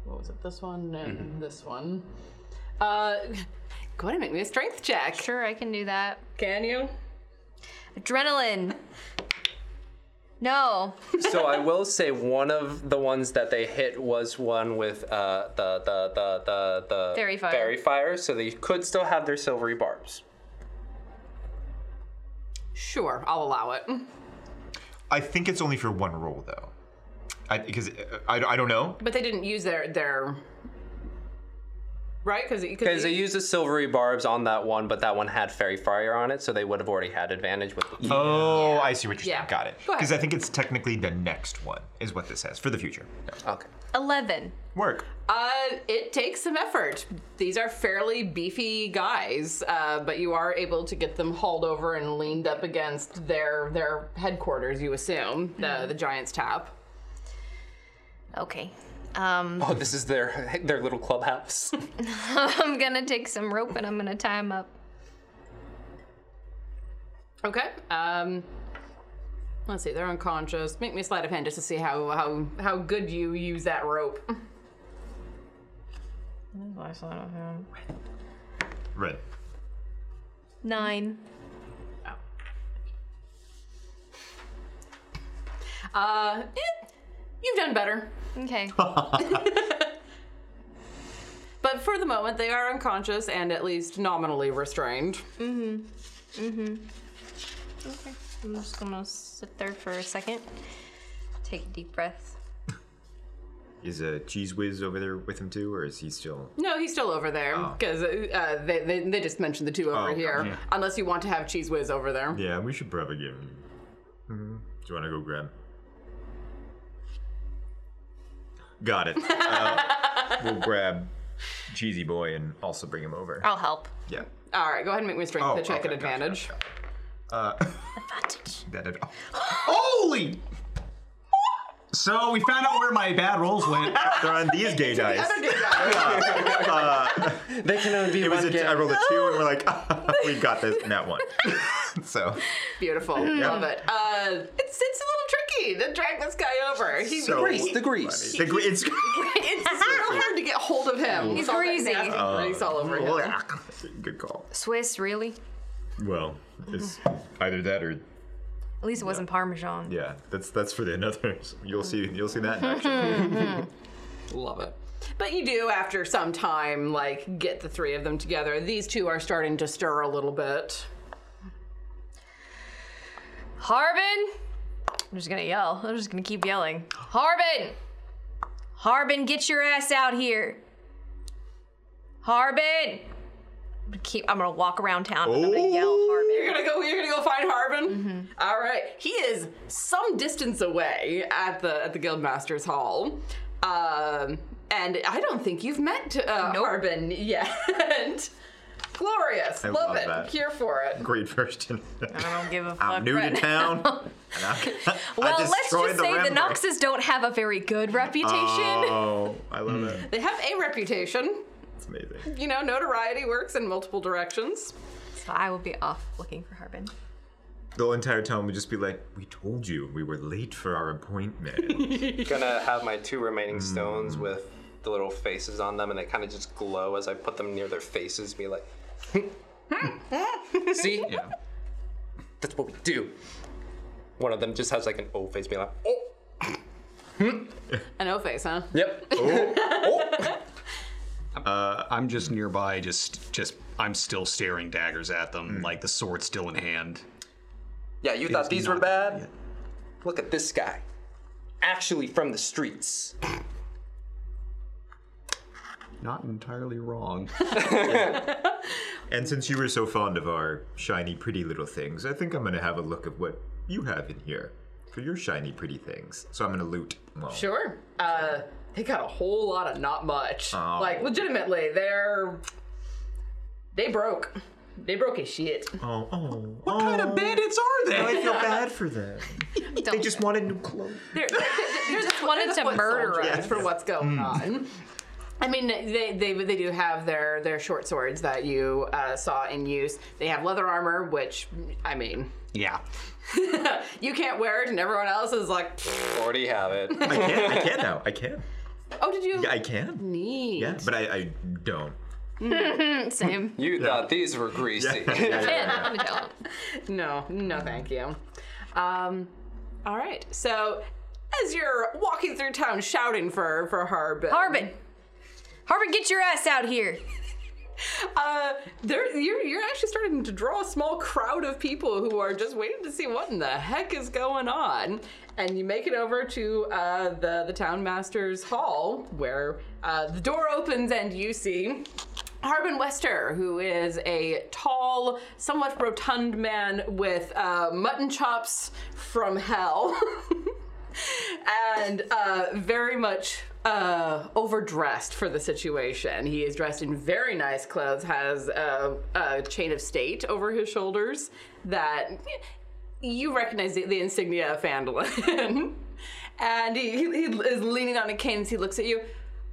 Speaker 8: what was it? This one and
Speaker 4: Mm-hmm.
Speaker 8: this one. Uh, go ahead and make me a strength check.
Speaker 3: Sure, I can do that.
Speaker 8: Can you?
Speaker 3: Adrenaline. No,
Speaker 5: so I will say one of the ones that they hit was one with uh, the, the the the the
Speaker 3: Fairy fire.
Speaker 5: Fairy fire. So they could still have their silvery barbs.
Speaker 8: Sure, I'll allow it.
Speaker 4: I think it's only for one roll though, I because I, I, don't know.
Speaker 8: But they didn't use their their. Right, because
Speaker 5: Because they used the silvery barbs on that one, but that one had fairy fire on it, so they would have already had advantage with. The-
Speaker 4: Oh, I see what you're
Speaker 8: Yeah.
Speaker 4: saying. Got it.
Speaker 8: Go ahead.
Speaker 4: Because I think it's technically the next one is what this has for the future.
Speaker 5: Okay.
Speaker 3: 11.
Speaker 4: Work.
Speaker 8: Uh, it takes some effort. These are fairly beefy guys, uh, but you are able to get them hauled over and leaned up against their their headquarters. You assume the the giant's tap.
Speaker 3: Okay. Um,
Speaker 5: Oh, this is their their little clubhouse.
Speaker 3: I'm gonna take some rope and I'm gonna tie him up.
Speaker 8: Okay. Um, let's see. They're unconscious. Make me a sleight of hand just to see how how how good you use that rope.
Speaker 4: Red.
Speaker 3: Nine.
Speaker 8: Uh, eh, you've done better.
Speaker 3: Okay.
Speaker 8: But for the moment, they are unconscious and at least nominally restrained.
Speaker 3: Okay. I'm just gonna sit there for a second. Take a deep breath.
Speaker 4: Is a cheese whiz over there with him too, or is he still?
Speaker 8: No, he's still over there
Speaker 4: Oh.
Speaker 8: because uh, they, they they just mentioned the two over
Speaker 4: okay.
Speaker 8: here.
Speaker 4: Yeah.
Speaker 8: Unless you want to have Cheese Whiz over there.
Speaker 4: Yeah, we should probably give him. Do you want to go grab? Got it. Uh, we'll grab Cheesy Boy and also bring him over.
Speaker 3: I'll help.
Speaker 4: Yeah.
Speaker 8: All right, go ahead and make me a strength
Speaker 4: Oh,
Speaker 8: to check
Speaker 4: okay,
Speaker 8: at
Speaker 4: gotcha,
Speaker 8: advantage.
Speaker 3: Advantage.
Speaker 4: That ad-
Speaker 6: Holy! So we found out where my bad rolls went.
Speaker 4: They're on these gay dice.
Speaker 5: they can only be
Speaker 4: It was
Speaker 5: one
Speaker 4: a,
Speaker 5: game.
Speaker 4: I rolled a two, and we're like, we got this, and that one. so,
Speaker 8: Beautiful, love it. Uh, it's it's a little tricky to drag this guy over. He's
Speaker 4: so
Speaker 5: grease, the grease.
Speaker 4: funny. The gre- it's
Speaker 8: it's real hard to get hold of him. He's all-
Speaker 3: greasy.
Speaker 8: yeah, he's grease all over him.
Speaker 4: Good call.
Speaker 3: Swiss, really?
Speaker 4: Well, it's either that or
Speaker 3: At least it wasn't Parmesan.
Speaker 4: yeah. That's that's for the another's. You'll see. You'll see that in action.
Speaker 5: Love it.
Speaker 8: But you do, after some time, like get the three of them together. These two are starting to stir a little bit.
Speaker 3: Harbin! I'm just gonna yell. I'm just gonna keep yelling. Harbin! Harbin, get your ass out here! Harbin! I'm gonna keep. I'm gonna walk around town. and I'm gonna yell Harbin.
Speaker 8: You're gonna go. You're gonna go find Harbin. All right. He is some distance away at the at the Guildmasters Hall, um, and I don't think you've met uh, Harbin yet. Glorious.
Speaker 4: I
Speaker 8: love,
Speaker 4: love
Speaker 8: it.
Speaker 4: that.
Speaker 8: Here for it.
Speaker 4: Great first.
Speaker 3: Hmm. I don't give a fuck.
Speaker 4: I'm new
Speaker 3: right
Speaker 4: to
Speaker 3: now.
Speaker 4: town. and I, I
Speaker 3: Well, let's
Speaker 4: destroyed
Speaker 3: just say the
Speaker 4: Rembrandt.
Speaker 3: Noxes don't have a very good reputation.
Speaker 4: Oh, I love it.
Speaker 8: They have a reputation.
Speaker 4: It's amazing.
Speaker 8: You know, notoriety works in multiple directions.
Speaker 3: So I will be off looking for Harbin.
Speaker 4: The whole entire town would just be like, "We told you we were late for our appointment."
Speaker 5: Gonna have my two remaining stones with the little faces on them, and they kind of just glow as I put them near their faces. Be like, see,
Speaker 6: Yeah.
Speaker 5: that's what we do. One of them just has like an O face, being like, oh,
Speaker 8: An O face, huh?
Speaker 5: yep.
Speaker 6: I'm just nearby, just just I'm still staring daggers at
Speaker 9: Hmm.
Speaker 6: them, like the sword still in hand.
Speaker 5: Yeah, you thought these were
Speaker 6: not-
Speaker 5: bad? Look at this guy. Actually from the streets.
Speaker 6: Not entirely wrong.
Speaker 4: and since you were so fond of our shiny, pretty little things, I think I'm gonna have a look at what you have in here for your shiny, pretty things. So I'm gonna loot. Well,
Speaker 8: Sure. Uh, they got a whole lot of not much.
Speaker 4: Oh.
Speaker 8: Like, legitimately, they're. They broke. They broke his shit.
Speaker 4: Oh, oh,
Speaker 6: what kind of bandits are
Speaker 4: Now I
Speaker 6: they?
Speaker 4: feel bad for them.
Speaker 3: Don't.
Speaker 4: They just wanted new clothes.
Speaker 8: They're, they're just
Speaker 3: wanted
Speaker 8: they're the
Speaker 3: to
Speaker 8: foot
Speaker 3: murder
Speaker 8: soldiers
Speaker 3: us.
Speaker 8: for what's going on. I mean, they, they they do have their their short swords that you uh, saw in use. They have leather armor, which I mean,
Speaker 6: yeah.
Speaker 8: you can't wear it, and everyone else is like,
Speaker 5: Already have it.
Speaker 4: I can. I can now. I can.
Speaker 8: "Oh, did you
Speaker 4: Yeah, I can.
Speaker 8: need?"
Speaker 4: Yeah, but I, I don't.
Speaker 3: Same.
Speaker 5: You thought these were greasy.
Speaker 3: Yeah, I don't.
Speaker 8: No, no, thank you. Um, all right. So, as you're walking through town shouting for for Harbin,
Speaker 3: Harbin! Harbin, get your ass out here!
Speaker 8: uh, there you're you're actually starting to draw a small crowd of people who are just waiting to see what in the heck is going on. And you make it over to uh, the the town master's hall, where uh, the door opens and you see Harbin Wester, who is a tall, somewhat rotund man with uh, mutton chops from hell, and uh, very much uh, overdressed for the situation. He is dressed in very nice clothes, has a, a chain of state over his shoulders that you recognize the, the insignia of Fandolin. and he, he, he is leaning on a cane as he looks at you.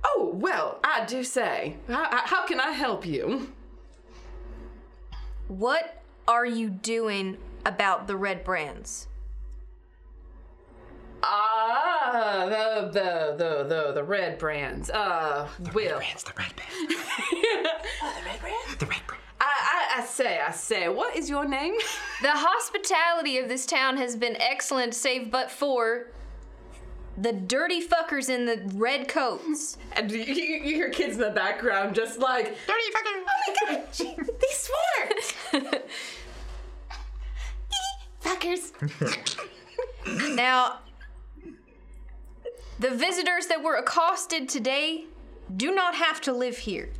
Speaker 8: Oh, well, I do say, how, how- how can I help you?
Speaker 3: What are you doing about the red brands?
Speaker 8: Ah, the, the, the, the, the red brands. Uh, Will.
Speaker 4: It's the red band. Oh, The red band.
Speaker 8: I, I, I say, I say, what is your name?
Speaker 3: The hospitality of this town has been excellent, save but for the dirty fuckers in the red coats.
Speaker 8: And you, you, you hear kids in the background just like, Dirty fucking. Oh my god, they swore!
Speaker 3: fuckers. now, the visitors that were accosted today do not have to live here,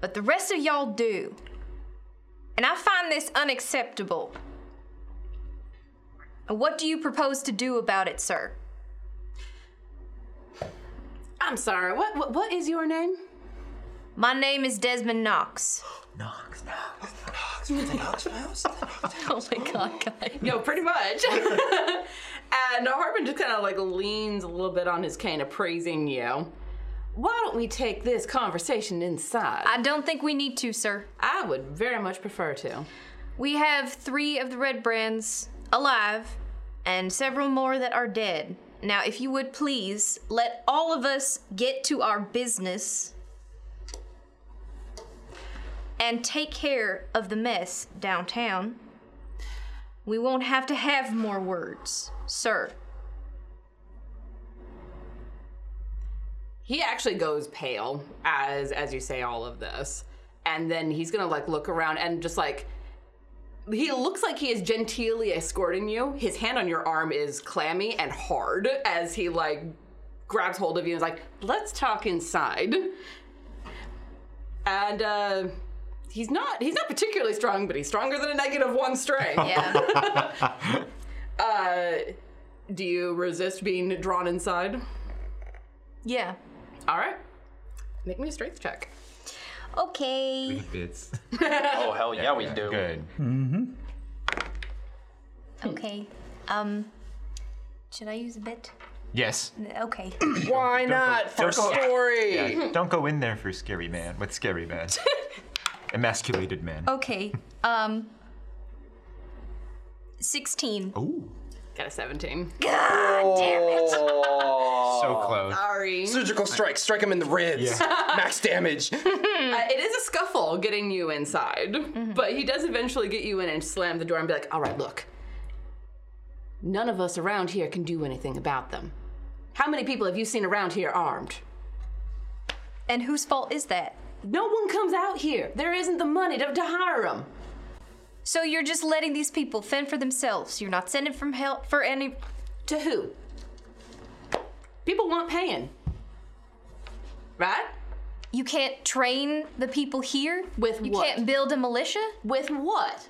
Speaker 3: but the rest of y'all do. And I find this unacceptable. And What do you propose to do about it, sir?
Speaker 8: I'm sorry, what, what what is your name?
Speaker 3: My name is Desmond Knox.
Speaker 4: Knox, Knox.
Speaker 3: Oh my god, guys.
Speaker 8: No, pretty much. and Harbin just kind of like leans a little bit on his cane, appraising you. Why don't we take this conversation inside?
Speaker 3: I don't think we need to, sir.
Speaker 8: I would very much prefer to.
Speaker 3: We have three of the red brands alive and several more that are dead. Now, if you would please let all of us get to our business and take care of the mess downtown, we won't have to have more words, sir.
Speaker 8: He actually goes pale as as you say all of this, and then he's gonna like look around and just like he looks like he is genteelly escorting you. His hand on your arm is clammy and hard as he like grabs hold of you and is like, "Let's talk inside." And uh, he's not he's not particularly strong, but he's stronger than a negative one string.
Speaker 3: Yeah.
Speaker 8: Uh, do you resist being drawn inside?
Speaker 3: yeah.
Speaker 8: All right, make me a strength check.
Speaker 3: Okay.
Speaker 4: Bits.
Speaker 5: oh hell yeah, we do.
Speaker 4: Good.
Speaker 3: Okay. Um, should I use a bit?
Speaker 4: Yes.
Speaker 3: Okay.
Speaker 8: Why not? For
Speaker 4: don't go-
Speaker 8: story.
Speaker 4: Yeah, don't go in there for scary man with scary man. Emasculated man.
Speaker 3: Okay. Um. Sixteen.
Speaker 6: Ooh.
Speaker 8: Got a Uh, 17.
Speaker 3: God damn it!
Speaker 4: So close.
Speaker 8: Sorry.
Speaker 5: Surgical strike. Strike him in the ribs. Max damage.
Speaker 8: Uh, it is a scuffle getting you inside, but he does eventually get you in and slam the door and be like, all right, look. None of us around here can do anything about them. How many people have you seen around here armed?
Speaker 3: And whose fault is that?
Speaker 8: No one comes out here. There isn't the money to, to hire them.
Speaker 3: So you're just letting these people fend for themselves. You're not sending from help for any.
Speaker 8: To who? People want paying. Right?
Speaker 3: You can't train the people here
Speaker 8: With
Speaker 3: You
Speaker 8: what?
Speaker 3: can't build a militia.
Speaker 8: With what?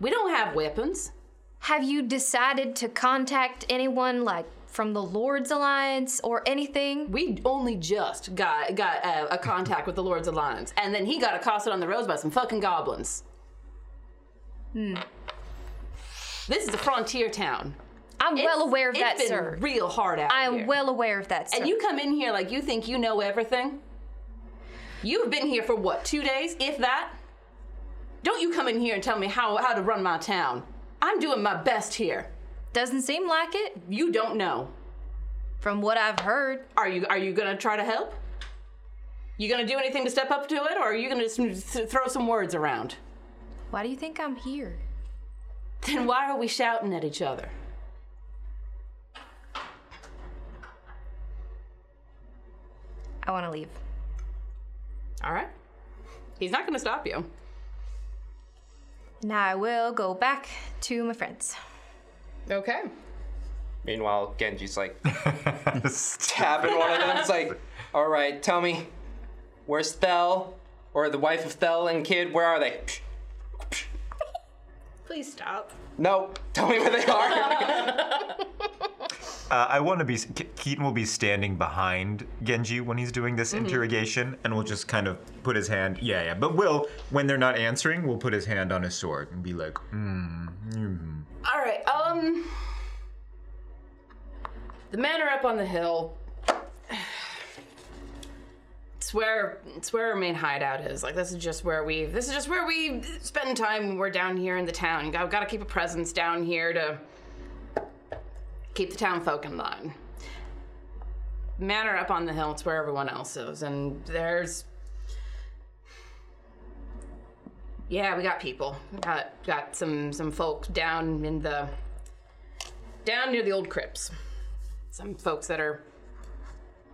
Speaker 8: We don't have weapons.
Speaker 3: Have you decided to contact anyone like from the Lord's Alliance or anything?
Speaker 8: We only just got got uh, a contact with the Lord's Alliance, and then he got accosted on the roads by some fucking goblins. Hmm. This is a frontier town.
Speaker 3: I'm well
Speaker 8: It's-
Speaker 3: aware of that,
Speaker 8: it's been
Speaker 3: sir.
Speaker 8: Real hard out
Speaker 3: I am
Speaker 8: here.
Speaker 3: well aware of that, sir.
Speaker 8: And you come in here like you think you know everything. You've been here for what, two days, if that? Don't you come in here and tell me how, how to run my town. I'm doing my best here.
Speaker 3: Doesn't seem like it,
Speaker 8: You don't know.
Speaker 3: from what I've heard.
Speaker 8: Are you are you gonna try to help? You gonna do anything to step up to it, or are you gonna just th- throw some words around?
Speaker 3: Why do you think I'm here?
Speaker 8: Then why are we shouting at each other?
Speaker 3: I want to leave.
Speaker 8: All right. He's not gonna stop you.
Speaker 3: Now I will go back to my friends.
Speaker 8: Okay.
Speaker 5: Meanwhile, Genji's like tapping one of them. It's like, all right, tell me, where's Thel or the wife of Thel and kid? Where are they? Psh,
Speaker 8: Please stop.
Speaker 5: No, tell me where they are.
Speaker 4: Uh, I want to be. Ke- Keaton will be standing behind Genji when he's doing this interrogation, and will just kind of put his hand. Yeah, yeah. But will, when they're not answering, will put his hand on his sword and be like, hmm. hmm."
Speaker 8: All right. Um. The manor up on the hill. It's where it's where our main hideout is. Like this is just where we this is just where we spend time when we're down here in the town. I've got to keep a presence down here to keep the town folk in line. Manor up on the hill. It's where everyone else is, and there's Yeah, we got people. Got got some some folk down in the down near the old crypts. Some folks that are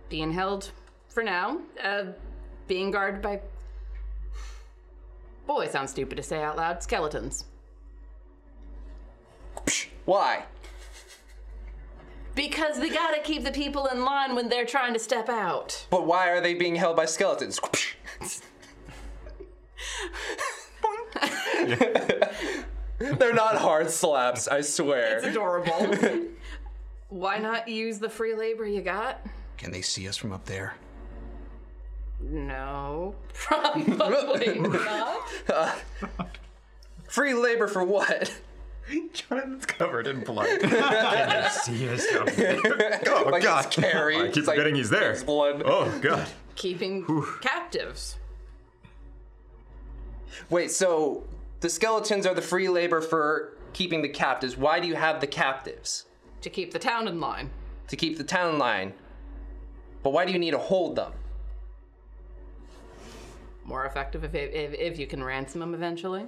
Speaker 8: being held for now, uh, being guarded by. Boy, it sounds stupid to say out loud. Skeletons.
Speaker 5: Why?
Speaker 8: Because they gotta keep the people in line when they're trying to step out.
Speaker 5: But why are they being held by skeletons? Psh. They're not hard slaps, I swear.
Speaker 8: Adorable. Why not use the free labor you got?
Speaker 9: Can they see us from up there?
Speaker 8: No, probably not.
Speaker 5: Free labor for what?
Speaker 4: Jonathan's covered in blood. Can you see us? Oh
Speaker 5: Like,
Speaker 4: God!
Speaker 5: it's scary.
Speaker 4: I
Speaker 5: It's
Speaker 4: keep
Speaker 5: like,
Speaker 4: forgetting he's there.
Speaker 5: there's blood.
Speaker 4: Oh God!
Speaker 8: Keeping captives.
Speaker 5: Wait, so the skeletons are the free labor for keeping the captives. Why do you have the captives?
Speaker 8: to keep the town in line.
Speaker 5: To keep the town line. But why do you need to hold them?
Speaker 8: More effective if, if, if you can ransom them eventually.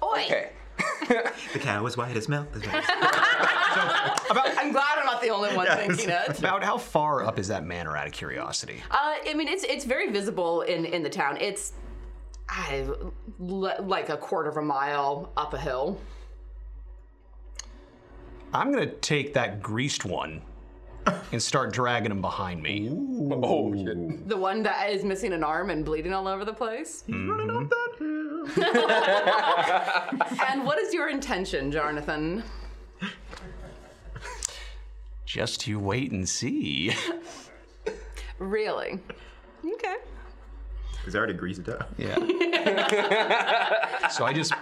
Speaker 8: Oi!
Speaker 5: Okay.
Speaker 4: The cow is white as milk. As white
Speaker 8: I'm glad I'm not the only one thinking it.
Speaker 6: About how far up is that man?
Speaker 9: Manor out of curiosity.
Speaker 6: Um,
Speaker 8: Uh, I mean, it's it's very visible in, in the town. It's I, l- like a quarter of a mile up a hill.
Speaker 9: I'm gonna take that greased one and start dragging him behind me.
Speaker 5: Oh, shit.
Speaker 8: The one that is missing an arm and bleeding all over the place.
Speaker 4: Hmm.
Speaker 8: and what is your intention, Jonathan?
Speaker 9: Just you wait and see.
Speaker 8: Really? Okay.
Speaker 4: He's already greased up.
Speaker 9: Yeah. so I just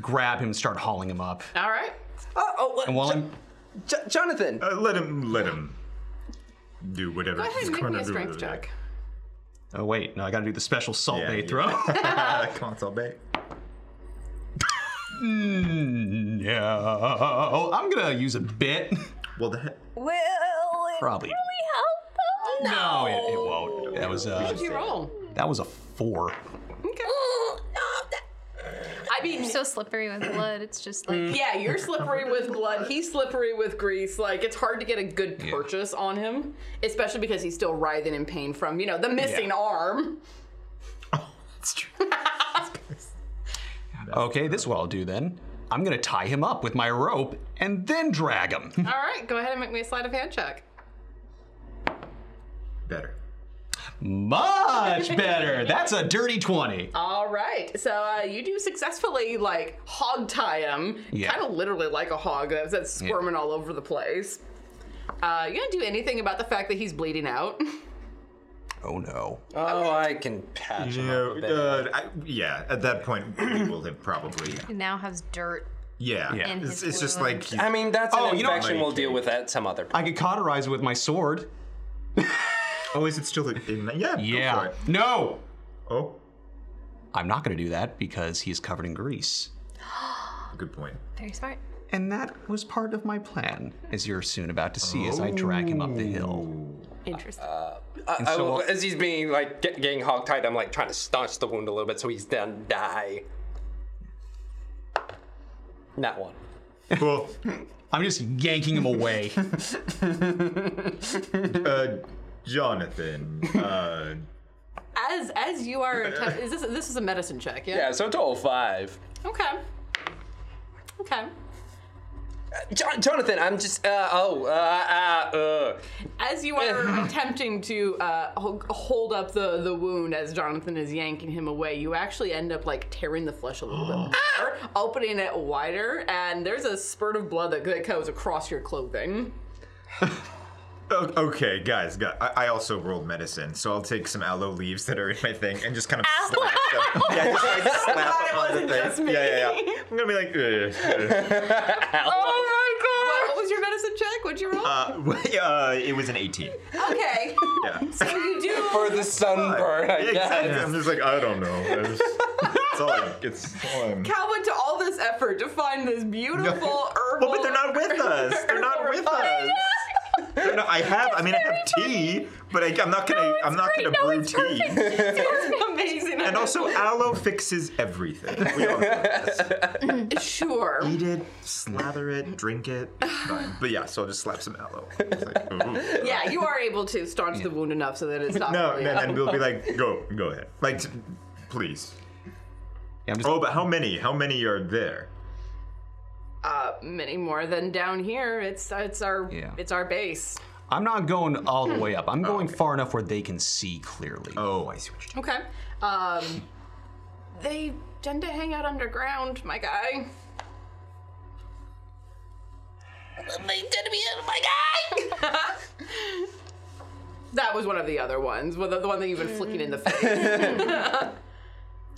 Speaker 9: grab him, start hauling him up,
Speaker 8: All right.
Speaker 5: Uh, oh,
Speaker 9: and while I'm
Speaker 5: J- Jonathan,
Speaker 4: Uh, let him. Let him. Do whatever.
Speaker 8: Go ahead
Speaker 4: he's
Speaker 8: and make me
Speaker 4: gonna
Speaker 8: a
Speaker 4: do.
Speaker 8: strength check.
Speaker 6: Oh wait, no, I gotta do the special salt
Speaker 4: Yeah,
Speaker 6: bay
Speaker 4: yeah.
Speaker 6: throw.
Speaker 4: Uh, console bay.
Speaker 6: no, Hmm, Oh, I'm gonna use a bit.
Speaker 4: Well, that.
Speaker 3: Will it
Speaker 6: Probably.
Speaker 3: really help them?
Speaker 6: No, it, it won't. That was
Speaker 8: What
Speaker 6: uh,
Speaker 8: did you roll?
Speaker 6: that was a four.
Speaker 8: Okay. I mean,
Speaker 3: You're so slippery with blood. It's just
Speaker 6: Mm.
Speaker 3: like
Speaker 8: yeah, you're slippery with blood. He's slippery with grease. Like it's hard to get a good purchase on him, especially because he's still writhing in pain from you know the missing arm.
Speaker 4: That's true.
Speaker 6: Okay, this is what I'll do then. I'm gonna tie him up with my rope and then drag him.
Speaker 8: All right, go ahead and make me a sleight of hand check.
Speaker 4: Better.
Speaker 6: Much better. That's a dirty twenty.
Speaker 4: Uh,
Speaker 8: All right, so uh, you do successfully like hog tie him,
Speaker 6: Yeah.
Speaker 8: kind of literally like a hog that's, that's squirming all over the place. Uh, you gonna do anything about the fact that he's bleeding out?
Speaker 6: Oh no.
Speaker 5: oh, I can patch him up a bit.
Speaker 4: uh, I, yeah. At that point, we will have probably.
Speaker 3: he now has dirt.
Speaker 4: Yeah.
Speaker 6: Yeah.
Speaker 3: And
Speaker 4: It's,
Speaker 3: his
Speaker 4: it's just
Speaker 3: wound.
Speaker 4: like.
Speaker 5: I mean, that's an
Speaker 6: Oh, you know-
Speaker 5: infection. we'll deal with that some other.
Speaker 6: I could cauterize it with my sword.
Speaker 4: Oh, is it still in? Yeah. go for it.
Speaker 6: No.
Speaker 4: Oh,
Speaker 6: I'm not gonna do that because he is covered in grease.
Speaker 4: good point.
Speaker 3: Very smart.
Speaker 6: And that was part of my plan, as you're soon about to see as I drag him up the hill.
Speaker 8: Interesting.
Speaker 5: I, I
Speaker 6: so
Speaker 5: will-
Speaker 6: I'll-
Speaker 5: uh, as he's being like get, getting hogtied, I'm like trying to staunch the wound a little bit so he's doesn't die. Not one.
Speaker 4: Well,
Speaker 6: I'm just yanking him away.
Speaker 4: uh, Jonathan. Uh,
Speaker 8: as as you are, attempt- is this this is a medicine check?
Speaker 5: Yeah, so total five.
Speaker 8: Okay. Okay.
Speaker 5: Jon Jonathan, I'm just uh, oh uh, uh, uh.
Speaker 8: As you are attempting to uh, ho- hold up the, the wound as Jonathan is yanking him away, you actually end up like tearing the flesh a little bit more, opening it wider, and there's a spurt of blood that, that goes across your clothing.
Speaker 4: o- okay, guys. guys I-, I also rolled medicine, so I'll take some aloe leaves that are in my thing and just kind of slap them. Yeah, just like slap them on the thing. Yeah, yeah, yeah. I'm gonna be like, "Ugh, ugh."
Speaker 8: What, what was your medicine check? What'd you roll?
Speaker 4: uh, uh, it was an 18.
Speaker 8: okay.
Speaker 4: Yeah.
Speaker 8: So you do.
Speaker 5: for the sunburn. I
Speaker 4: Yeah,
Speaker 5: guess.
Speaker 4: exactly. I'm just like, I don't know. I just- it's all I, it's all I'm.
Speaker 8: Cal went to all this effort to find this beautiful herbal.
Speaker 4: Well, but they're not with us. They're not with us. They're not- I have. I mean, I have tea, but I, I'm not gonna. I'm not gonna brew tea.
Speaker 8: Amazing.
Speaker 4: And also, aloe fixes everything. We all know this.
Speaker 8: sure.
Speaker 4: Eat it, slather it, drink it. Fine. But yeah, so I'll just slap some aloe. It's like, ooh.
Speaker 8: Yeah, you are able to staunch the wound enough so that it's not.
Speaker 4: No,
Speaker 8: really
Speaker 4: and,
Speaker 8: up.
Speaker 4: and we'll be like, go, go ahead. Like, t- please.
Speaker 6: Yeah, I'm just-
Speaker 4: Oh, but how many? How many are there?
Speaker 8: uh, many more than down here. It's it's our
Speaker 6: Yeah.
Speaker 8: it's our base.
Speaker 6: I'm not going all the way up. I'm going far enough where they can see clearly.
Speaker 4: Oh, I see what you're doing.
Speaker 8: Okay. Um, they tend to hang out underground, my guy. They tend to be oh my guy. that was one of the other ones, well, the, the one that you've been flicking in the
Speaker 4: Mm.
Speaker 8: face.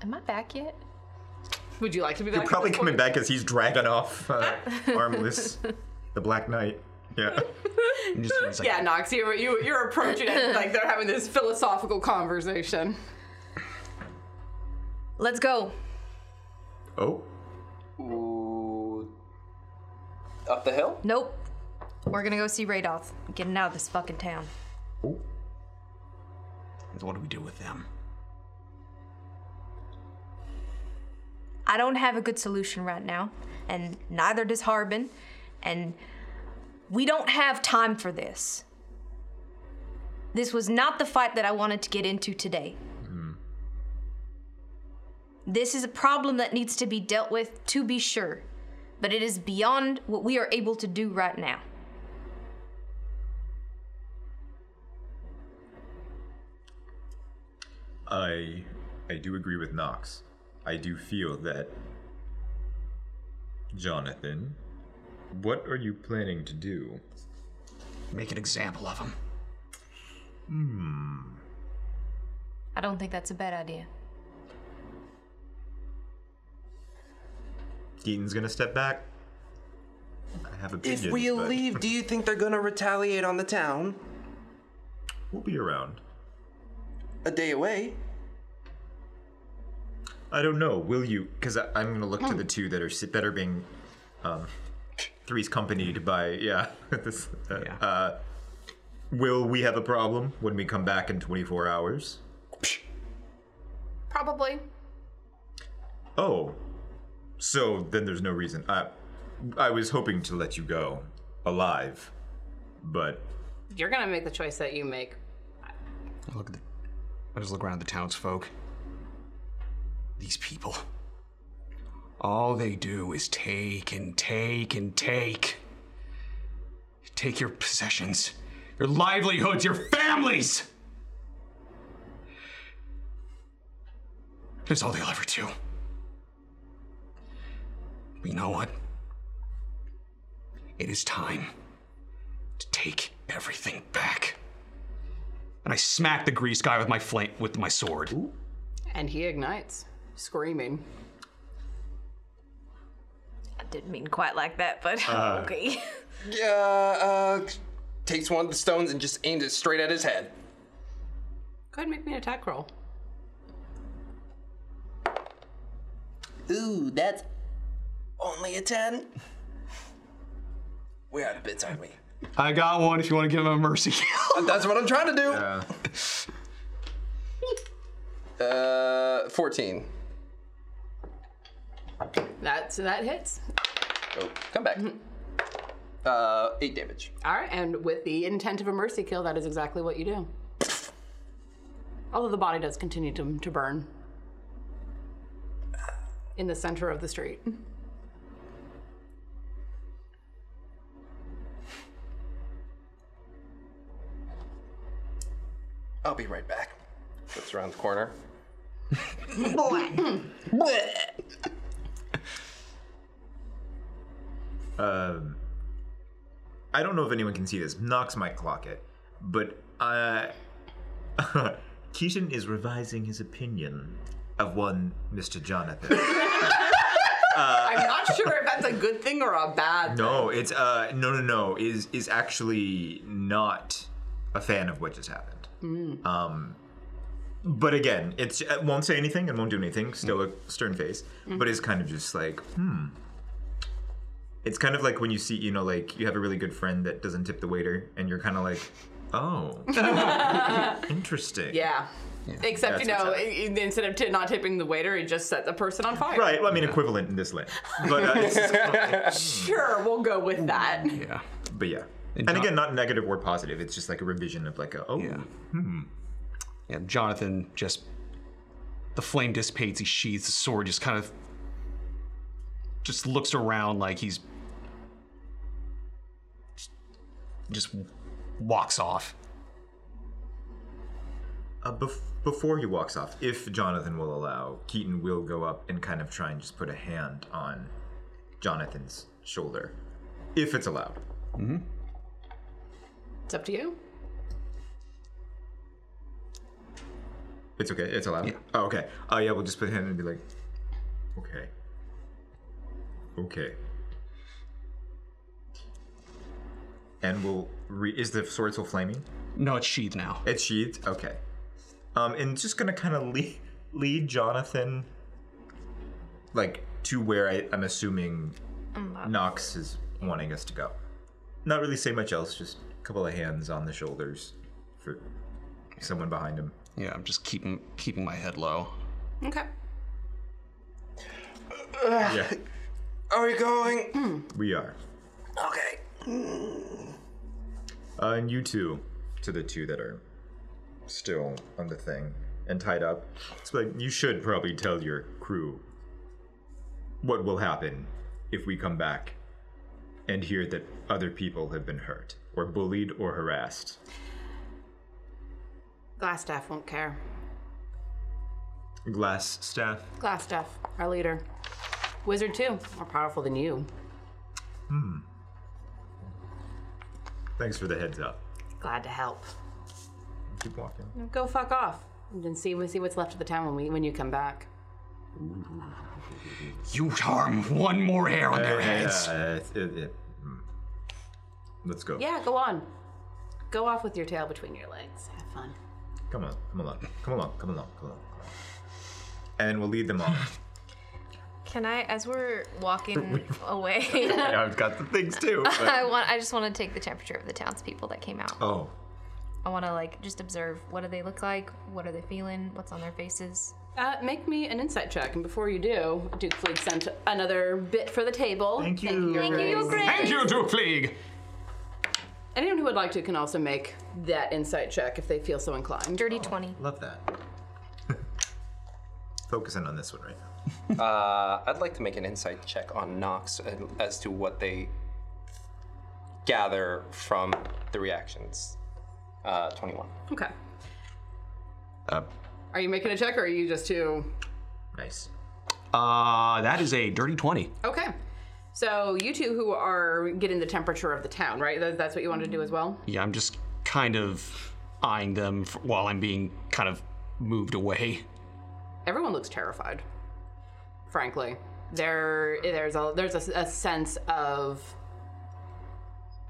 Speaker 3: Am I back yet?
Speaker 8: Would you like to be back?
Speaker 4: You're probably
Speaker 8: at this
Speaker 4: coming
Speaker 8: point?
Speaker 4: back as he's dragging off uh, armless, the Black Knight. Yeah.
Speaker 6: I'm just, it's like,
Speaker 8: Yeah, Nox, you're, you, you're approaching it like they're having this philosophical conversation.
Speaker 3: Let's go.
Speaker 4: Oh.
Speaker 5: Ooh. Up the hill?
Speaker 3: Nope. We're gonna go see Radoth. I'm getting out of this fucking town.
Speaker 6: What do we do with them?
Speaker 3: I don't have a good solution right now, and neither does Harbin, and we don't have time for this. This was not the fight that I wanted to get into today. Mm-hmm. This is a problem that needs to be dealt with, to be sure, but it is beyond what we are able to do right now.
Speaker 4: I I do agree with Knox. I do feel that Jonathan, what are you planning to do?
Speaker 6: Make an example of him.
Speaker 3: I don't think that's a bad idea.
Speaker 4: Keaton's gonna step back. I have opinions.
Speaker 5: If we
Speaker 4: but
Speaker 5: leave, do you think they're gonna retaliate on the town?
Speaker 4: we'll be around.
Speaker 5: A day away.
Speaker 4: I don't know. Will you? Because I'm gonna look to
Speaker 5: Hmm.
Speaker 4: the two that are sit- that are being, um, three's companied by yeah. this, uh,
Speaker 6: Yeah.
Speaker 4: Uh, will we have a problem when we come back in 24 hours?
Speaker 3: Probably.
Speaker 4: Oh, so then there's no reason. I, I was hoping to let you go alive, but
Speaker 8: You're gonna make the choice that you make.
Speaker 6: I look at the, I just look around at the townsfolk. These people. All they do is take and take and take. Take your possessions, your livelihoods, your families. That's all they'll ever do. But you know what? It is time to take everything back and I smack the grease guy with my flame with my sword.
Speaker 8: And he ignites, screaming.
Speaker 3: I didn't mean quite like that, but okay.
Speaker 5: Yeah. Uh, takes one of the stones and just aims it straight at his head.
Speaker 8: Go ahead and make me an attack roll.
Speaker 5: Ooh, that's only a ten. We're out of bits, aren't we?
Speaker 6: I got one. If you want to give him a mercy,
Speaker 5: That's what I'm trying to do.
Speaker 4: uh,
Speaker 5: Uh, 14.
Speaker 8: That's that hits.
Speaker 5: Oh, come back. Uh, 8 damage.
Speaker 8: All right, and with the intent of a mercy kill, that is exactly what you do. Although the body does continue to, to burn in the center of the street.
Speaker 5: I'll be right back. Looks around the corner.
Speaker 4: um, I don't know if anyone can see this. Knox might clock it, but uh, Keaton is revising his opinion of one Mr. Jonathan.
Speaker 8: I'm not sure if that's a good thing or a bad.
Speaker 4: No, it's uh no no no is is actually not a fan of what just happened. Um but again, it's it won't say anything and won't do anything, still a stern face, but is kind of just like, hmm. It's kind of like when you see, you know, like you have a really good friend that doesn't tip the waiter and you're kind of like, "Oh. interesting."
Speaker 8: Yeah. Except, you
Speaker 4: That's
Speaker 8: know,
Speaker 4: what's
Speaker 8: i- i- instead of t- not tipping the waiter, he just set the person on fire.
Speaker 4: Right. Well, I mean, equivalent in this land. But uh, it's
Speaker 8: Sure, we'll go with that.
Speaker 4: Mm-hmm.
Speaker 6: yeah.
Speaker 4: but yeah. And,
Speaker 6: And John-
Speaker 4: again, not negative or positive. It's just like a revision of like a oh,
Speaker 6: Yeah. Hmm. Yeah, Jonathan just the flame dissipates, he sheathes the sword, just kind of just looks around like he's just walks off.
Speaker 4: Uh, bef- before he walks off, if Jonathan will allow, Keaton will go up and kind of try and just put a hand on Jonathan's shoulder, if it's allowed.
Speaker 8: It's up to you.
Speaker 4: It's okay. It's allowed. Oh, okay. Oh, yeah. We'll just put a hand and be like, okay, okay. And we'll re- is the sword still flaming?
Speaker 6: No, it's sheathed now.
Speaker 4: It's sheathed. Okay. Um, and just gonna kind of lead, lead Jonathan, like to where I, I'm assuming Knox is wanting us to go. Not really say much else. Just a couple of hands on the shoulders for someone behind him.
Speaker 6: Yeah, I'm just keeping keeping my head low.
Speaker 8: Okay.
Speaker 4: yeah,
Speaker 5: Are we going?
Speaker 4: we are.
Speaker 5: okay.
Speaker 4: Uh, and you two, to the two that are still on the thing and tied up. It's like you should probably tell your crew what will happen if we come back and hear that other people have been hurt or bullied or harassed.
Speaker 8: Glassstaff won't care.
Speaker 4: Glass staff.
Speaker 8: Glassstaff, our leader. Wizard, too, more powerful than you.
Speaker 4: Thanks for the heads up.
Speaker 8: Glad to help.
Speaker 4: Keep walking.
Speaker 8: Go fuck off. And then see, see what's left of the town when, we, when you come back.
Speaker 6: You harm one more hair on their heads.
Speaker 4: Uh, it- it- Let's go.
Speaker 8: Yeah, go on. Go off with your tail between your legs. Have fun.
Speaker 4: Come on, come along, come along, come along, come along. come along. And we'll lead them on.
Speaker 3: Can I, as we're walking away,
Speaker 4: And I've got the things too.
Speaker 3: I
Speaker 4: But...
Speaker 3: want I just want to take the temperature of the townspeople that came out.
Speaker 4: Oh,
Speaker 3: I want to like just observe what do they look like, what are they feeling, what's on their faces.
Speaker 8: Uh, make me an insight check, and before you do, Duke Fleet sent another bit for the table.
Speaker 4: Thank you.
Speaker 8: Your
Speaker 4: Thank
Speaker 8: Grace.
Speaker 4: you,
Speaker 6: Thank you, Duke Fleeg.
Speaker 8: Anyone who would like to can also make that insight check if they feel so inclined.
Speaker 3: Dirty twenty.
Speaker 4: love that. Focusing on this one right now.
Speaker 10: Uh, I'd like to make an insight check on Nox and- as to what they gather from the reactions. Uh, 21.
Speaker 8: Okay.
Speaker 11: Uh,
Speaker 8: Are you making a check, or are you just too?
Speaker 4: Nice.
Speaker 6: Uh, that is a dirty 20.
Speaker 8: Okay. So you two who are getting the temperature of the town, right? That- That's what you wanted to do as well.
Speaker 6: Yeah, I'm just kind of eyeing them f while I'm being kind of moved away.
Speaker 8: everyone looks terrified. Frankly, there there's a there's a, a sense of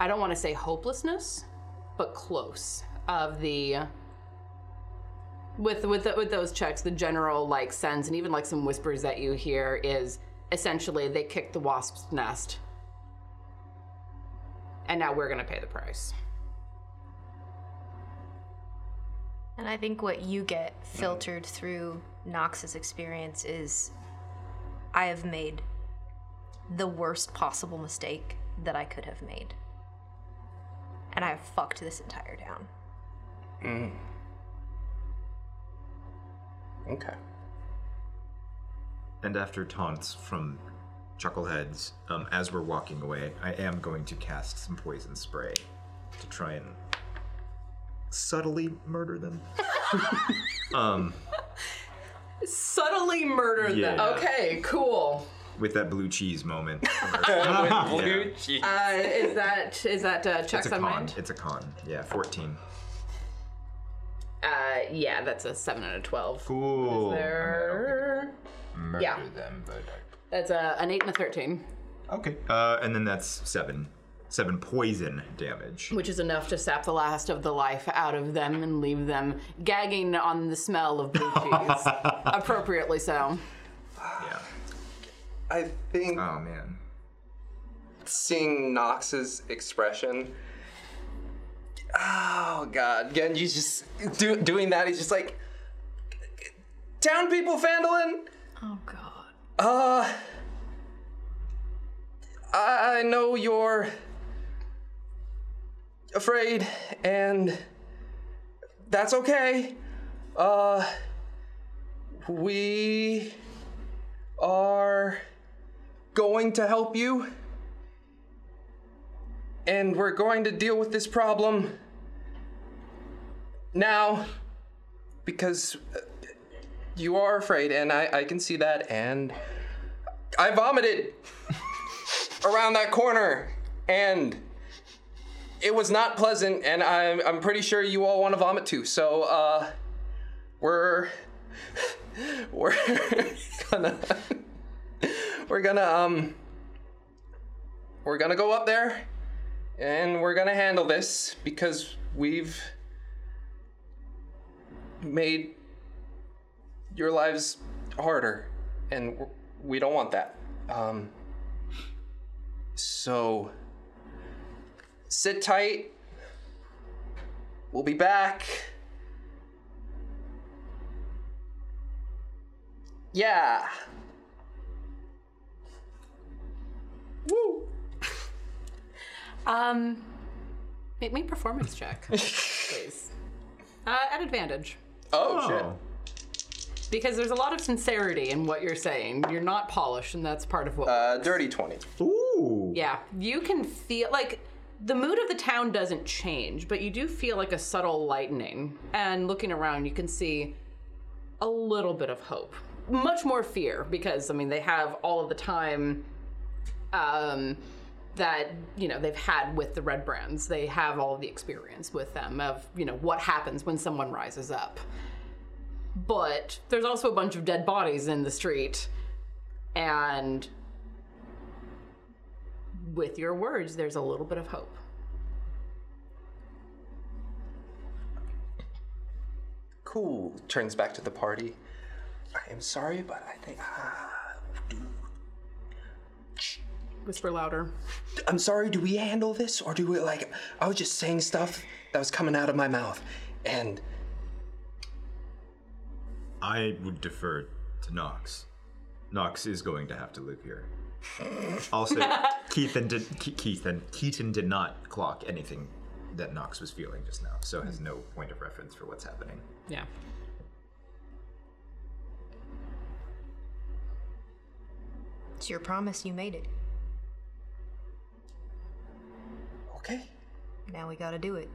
Speaker 8: I don't want to say hopelessness, but close of the with with the, with those checks, the general like sense and even like some whispers that you hear is essentially they kicked the wasp's nest. And now we're going to pay the price.
Speaker 3: And I think what you get filtered through Nox's experience is I have made the worst possible mistake that I could have made. And I have fucked this entire town.
Speaker 10: Okay.
Speaker 4: And after taunts from chuckleheads, um, as we're walking away, I am going to cast some poison spray to try and subtly murder them. um,
Speaker 8: Subtly murder them.
Speaker 4: Yeah.
Speaker 8: Okay, cool.
Speaker 4: with that blue cheese moment. Yeah.
Speaker 8: Uh, is that is that uh, checks
Speaker 4: It's a
Speaker 8: on
Speaker 4: con.
Speaker 8: mind?
Speaker 4: It's a con. Yeah, 14.
Speaker 8: Uh, yeah, that's a seven out of twelve.
Speaker 4: Cool.
Speaker 8: There.
Speaker 4: Murder
Speaker 8: Yeah.
Speaker 4: them, but
Speaker 8: That's a, an eight and a thirteen,
Speaker 4: Okay. Uh, and then that's seven. Seven poison damage.
Speaker 8: which is enough to sap the last of the life out of them and leave them gagging on the smell of blue cheese. Appropriately so.
Speaker 4: Yeah.
Speaker 5: I think
Speaker 4: Oh, man.
Speaker 5: seeing Knox's expression. Oh God, Genji's just do, doing that. He's just like, town people, Fandolin.
Speaker 3: Oh god.
Speaker 5: Uh, I know you're afraid, and that's okay. Uh, we are going to help you, and we're going to deal with this problem now because uh, you are afraid, and I, I can see that, and I vomited around that corner, and it was not pleasant, and I'm, I'm pretty sure you all want to vomit too. So, uh, we're we're gonna we're gonna um we're gonna go up there, and we're gonna handle this because we've made your lives harder, and w- we don't want that. Um, so sit tight. We'll be back. Yeah. Woo.
Speaker 8: Um, make me a performance check, please. Uh, at advantage.
Speaker 5: Oh, shit.
Speaker 8: Because there's a lot of sincerity in what you're saying. You're not polished, and that's part of what.
Speaker 5: Uh, dirty twenty.
Speaker 4: Oh. Ooh.
Speaker 8: Yeah, you can feel like the mood of the town doesn't change, but you do feel like a subtle lightening. And looking around, you can see a little bit of hope, much more fear because I mean they have all of the time um, that you know they've had with the red brands. They have all of the experience with them of you know what happens when someone rises up. But there's also a bunch of dead bodies in the street, and with your words, there's a little bit of hope.
Speaker 5: cool. Turns back to the party. I am sorry, but I think. ah, do-
Speaker 8: Whisper louder.
Speaker 5: I'm sorry, do we handle this? Or do we, like, I was just saying stuff that was coming out of my mouth. And
Speaker 4: I would defer to Knox. Knox is going to have to live here. Also, Keithan did Ke- Keithan Keaton did not clock anything that Knox was feeling just now, so has no point of reference for what's happening.
Speaker 8: Yeah.
Speaker 3: It's your promise. You made it.
Speaker 5: Okay.
Speaker 3: Now we gotta do it.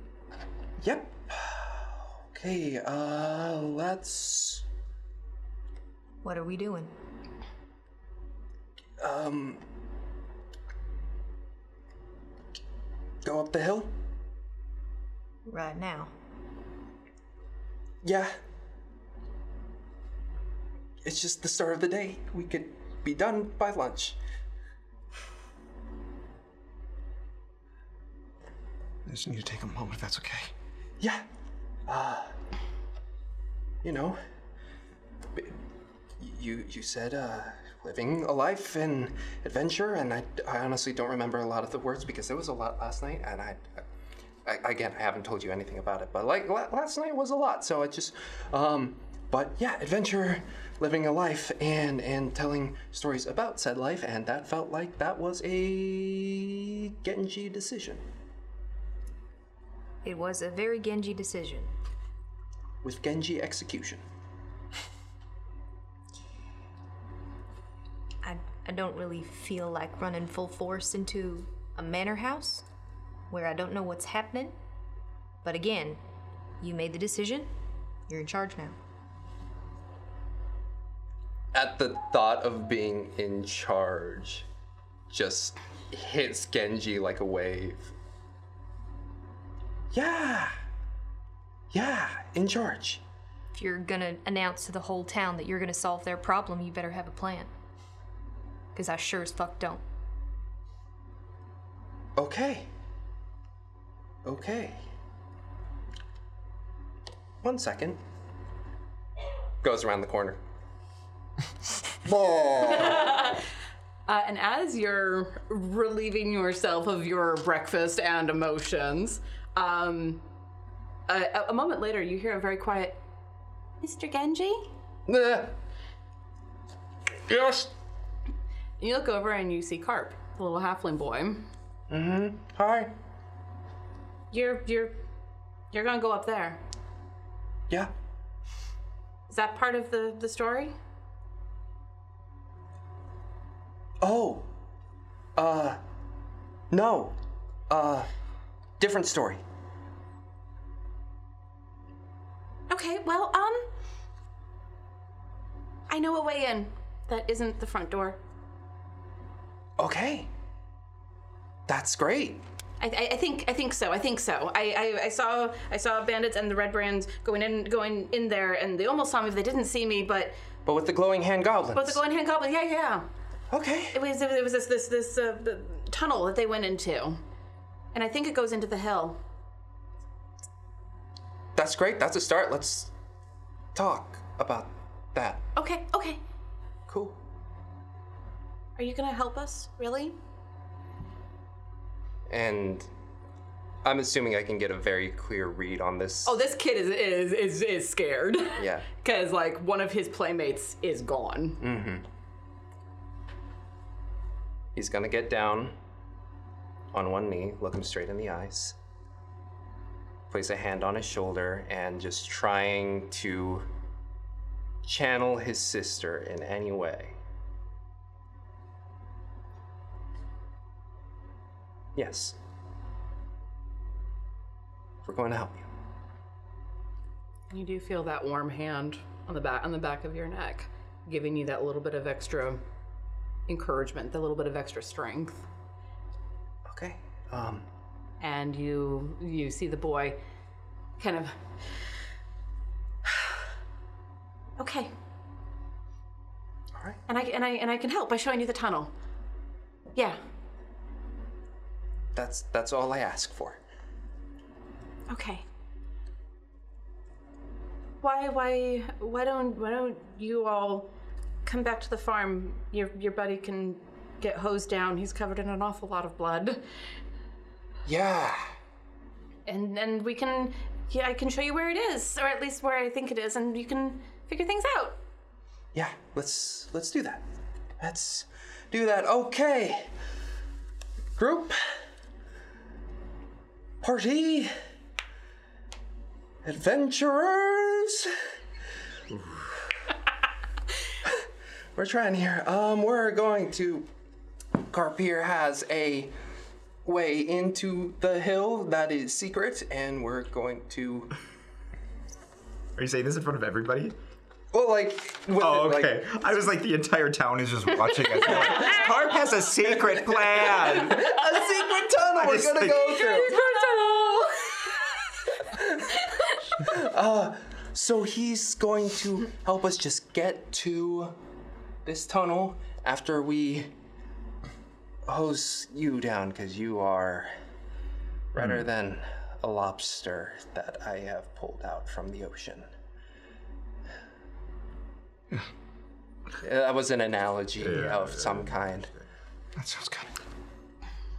Speaker 5: Yep. Okay, uh, let's.
Speaker 3: What are we doing?
Speaker 5: Um. Go up the hill?
Speaker 3: Right now.
Speaker 5: Yeah. It's just the start of the day. We could be done by lunch.
Speaker 12: I just need to take a moment if that's okay.
Speaker 5: Yeah. Uh, you know, b- you you said uh, living a life and adventure, and I, I honestly don't remember a lot of the words because there was a lot last night, and I, I again I haven't told you anything about it, but like la- last night was a lot, so I just, um, but yeah, adventure, living a life, and and telling stories about said life, and that felt like that was a Genji decision
Speaker 3: It was a very Genji decision.
Speaker 5: with Genji execution.
Speaker 3: I, I don't really feel like running full force into a manor house where I don't know what's happening. But again, you made the decision. You're in charge now.
Speaker 5: at the thought of being in charge just hits Genji like a wave. Yeah. Yeah, in charge.
Speaker 3: If you're gonna announce to the whole town that you're gonna solve their problem, you better have a plan. Because I sure as fuck don't.
Speaker 5: Okay. Okay. One second. Goes around the corner.
Speaker 8: Uh, and as you're relieving yourself of your breakfast and emotions, um, a, a- a moment later you hear a very quiet, Mr. Genji?
Speaker 5: Nah. yes.
Speaker 8: And you look over and you see Carp, the little halfling boy.
Speaker 5: Hi.
Speaker 8: You're, you're, you're gonna go up there.
Speaker 5: Yeah.
Speaker 8: Is that part of the, the story?
Speaker 5: Oh. Uh. No. Uh. Different story.
Speaker 8: Okay, well, um, I know a way in that isn't the front door.
Speaker 5: Okay. That's great.
Speaker 8: I, I, I think I think so. I think so. I, I, I saw I saw bandits and the red brands going in going in there, and they almost saw me. but They didn't see me, but
Speaker 5: But with the glowing hand goblins.
Speaker 8: but the going hand goblin. Yeah, yeah.
Speaker 5: okay.
Speaker 8: It was it was this this this uh, b- tunnel that they went into, and I think it goes into the hill.
Speaker 5: That's great. That's a start. Let's talk about that.
Speaker 8: Okay, okay.
Speaker 5: Cool.
Speaker 8: Are you gonna help us? Really?
Speaker 5: And I'm assuming I can get a very clear read on this.
Speaker 8: Oh, this kid is is is, is scared.
Speaker 5: Yeah.
Speaker 8: Because like one of his playmates is gone.
Speaker 5: He's gonna get down on one knee, look him straight in the eyes, place a hand on his shoulder, and just trying to channel his sister in any way. Yes. We're going to help you.
Speaker 8: You do feel that warm hand on the back on the back of your neck, giving you that little bit of extra encouragement, that little bit of extra strength.
Speaker 5: Okay. Um,
Speaker 8: And you you see the boy kind of Okay.
Speaker 5: all right.
Speaker 8: And I and I and I can help by showing you the tunnel. Yeah.
Speaker 5: That's that's all I ask for.
Speaker 8: Okay. why, why, why don't, why don't you all come back to the farm? Your your buddy can get hosed down. He's covered in an awful lot of blood,
Speaker 5: Yeah.
Speaker 8: and and we can, yeah, I can show you where it is, or at least where I think it is, and you can figure things out.
Speaker 5: Yeah, let's let's do that. Let's do that. Okay. Group party adventurers. we're trying here. Um we're going to Carpier has a way into the hill that is secret and we're going to
Speaker 4: Are you saying this in front of everybody?
Speaker 5: well like with
Speaker 4: Oh,
Speaker 5: it, like,
Speaker 4: okay. I was like, the entire town is just watching us. They're Like, Carp has a secret plan.
Speaker 5: a secret tunnel we're
Speaker 4: just
Speaker 5: gonna
Speaker 4: think-
Speaker 5: go through. So he's going to help us just get to this tunnel after we hose you down, because you are redder than a lobster that I have pulled out from the ocean. Yeah, that was an analogy of some kind.
Speaker 13: That sounds good.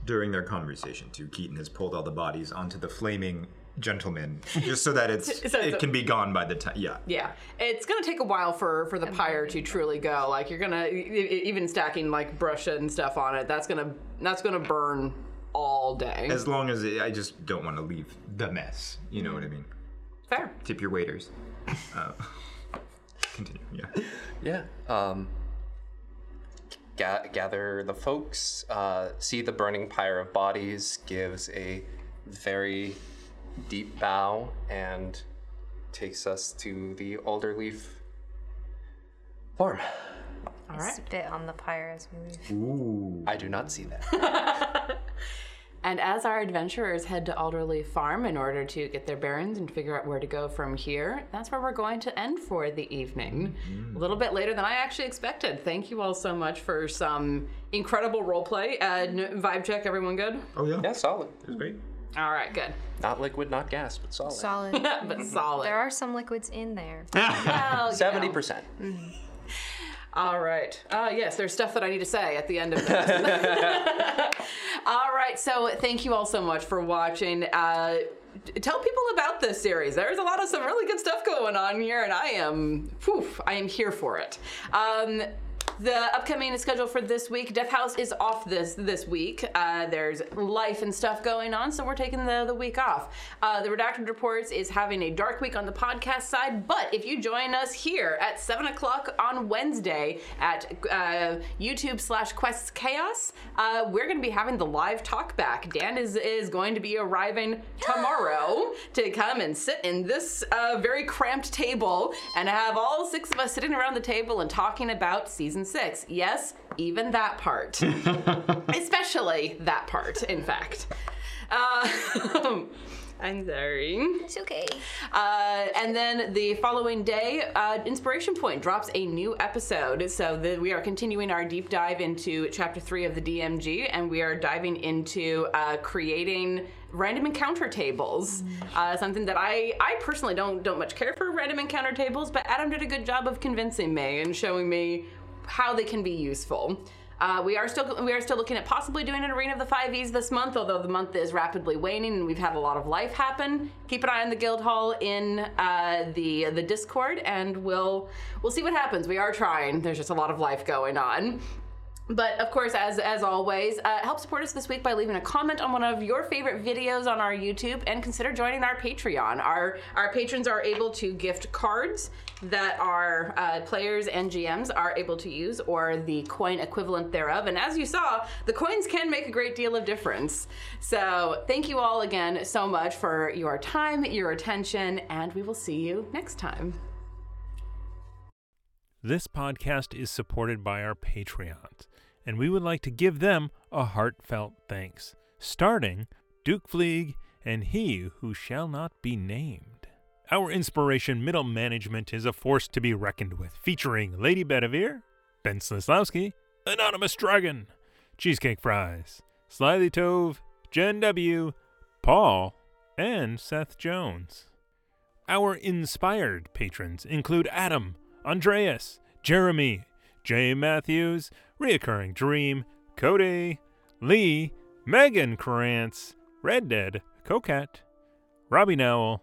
Speaker 4: During their conversation, too, Keaton has pulled all the bodies onto the flaming gentleman, just so that it's
Speaker 8: So it's
Speaker 4: it
Speaker 8: a-
Speaker 4: can be gone by the time. Yeah.
Speaker 8: Yeah, it's gonna take a while for for the pyre to truly go. Like you're gonna e- e- even stacking like brush and stuff on it. That's gonna that's gonna burn all day.
Speaker 4: As long as it, I just don't want to leave the mess. You know what I mean?
Speaker 8: Fair.
Speaker 4: Tip your waiters. Uh, continue. Yeah.
Speaker 5: Yeah. Um, ga- gather the folks, uh, see the burning pyre of bodies, gives a very deep bow, and takes us to the alder leaf farm.
Speaker 8: All right.
Speaker 3: Spit on the pyre as we leave.
Speaker 5: I do not see that.
Speaker 8: And as our adventurers head to Alderley Farm in order to get their bearings and figure out where to go from here, that's where we're going to end for the evening. A little bit later than I actually expected. Thank you all so much for some incredible role play and vibe check. Everyone good?
Speaker 4: Oh yeah.
Speaker 5: yeah, solid.
Speaker 4: That's great.
Speaker 8: All right, good.
Speaker 5: Not liquid, not gas, but solid.
Speaker 3: Solid.
Speaker 8: But solid.
Speaker 3: there are some liquids in there.
Speaker 5: Seventy percent.
Speaker 8: All right. Uh, yes, there's stuff that I need to say at the end of this. all right. So thank you all so much for watching. Uh, t- tell people about this series. There's a lot of some really good stuff going on here, and I am, whew, I am here for it. Um, the upcoming schedule for this week, Death House is off this this week. Uh, there's life and stuff going on, so we're taking the, the week off. Uh, the Redacted Reports is having a dark week on the podcast side, but if you join us here at 7 o'clock on Wednesday at uh, YouTube slash Quests Chaos, uh, we're going to be having the live talk back. Dan is, is going to be arriving tomorrow to come and sit in this uh, very cramped table and have all six of us sitting around the table and talking about season six. Yes, even that part. Especially that part, in fact. Uh, I'm sorry.
Speaker 3: It's okay.
Speaker 8: Uh, and then the following day, uh, Inspiration Point drops a new episode. So the, we are continuing our deep dive into Chapter 3 of the DMG, and we are diving into uh, creating random encounter tables uh, something that I, I personally don't don't much care for random encounter tables but adam did a good job of convincing me and showing me how they can be useful uh, we are still we are still looking at possibly doing an arena of the five E's this month, although the month is rapidly waning and we've had a lot of life happen. Keep an eye on the guild hall in uh, the the Discord, and we'll we'll see what happens. We are trying. There's just a lot of life going on. But of course, as as always, uh, help support us this week by leaving a comment on one of your favorite videos on our YouTube, and consider joining our Patreon. Our our patrons are able to gift cards that our uh, players and GMs are able to use, or the coin equivalent thereof. And as you saw, the coins can make a great deal of difference. So thank you all again so much for your time, your attention, and we will see you next time.
Speaker 1: This podcast is supported by our Patreons, and we would like to give them a heartfelt thanks, starting Duke Fleeg and He Who Shall Not Be Named. Our inspiration, Middle Management, is a force to be reckoned with, featuring Lady Bedivere, Ben Slislawski, Anonymous Dragon, Cheesecake Fries, Slyly Tove, Jen W., Paul, and Seth Jones. Our inspired patrons include Adam, Andreas, Jeremy, Jay Matthews, Reoccurring Dream, Cody, Lee, Megan Krantz, Red Dead, Coquette, Robbie Nowell,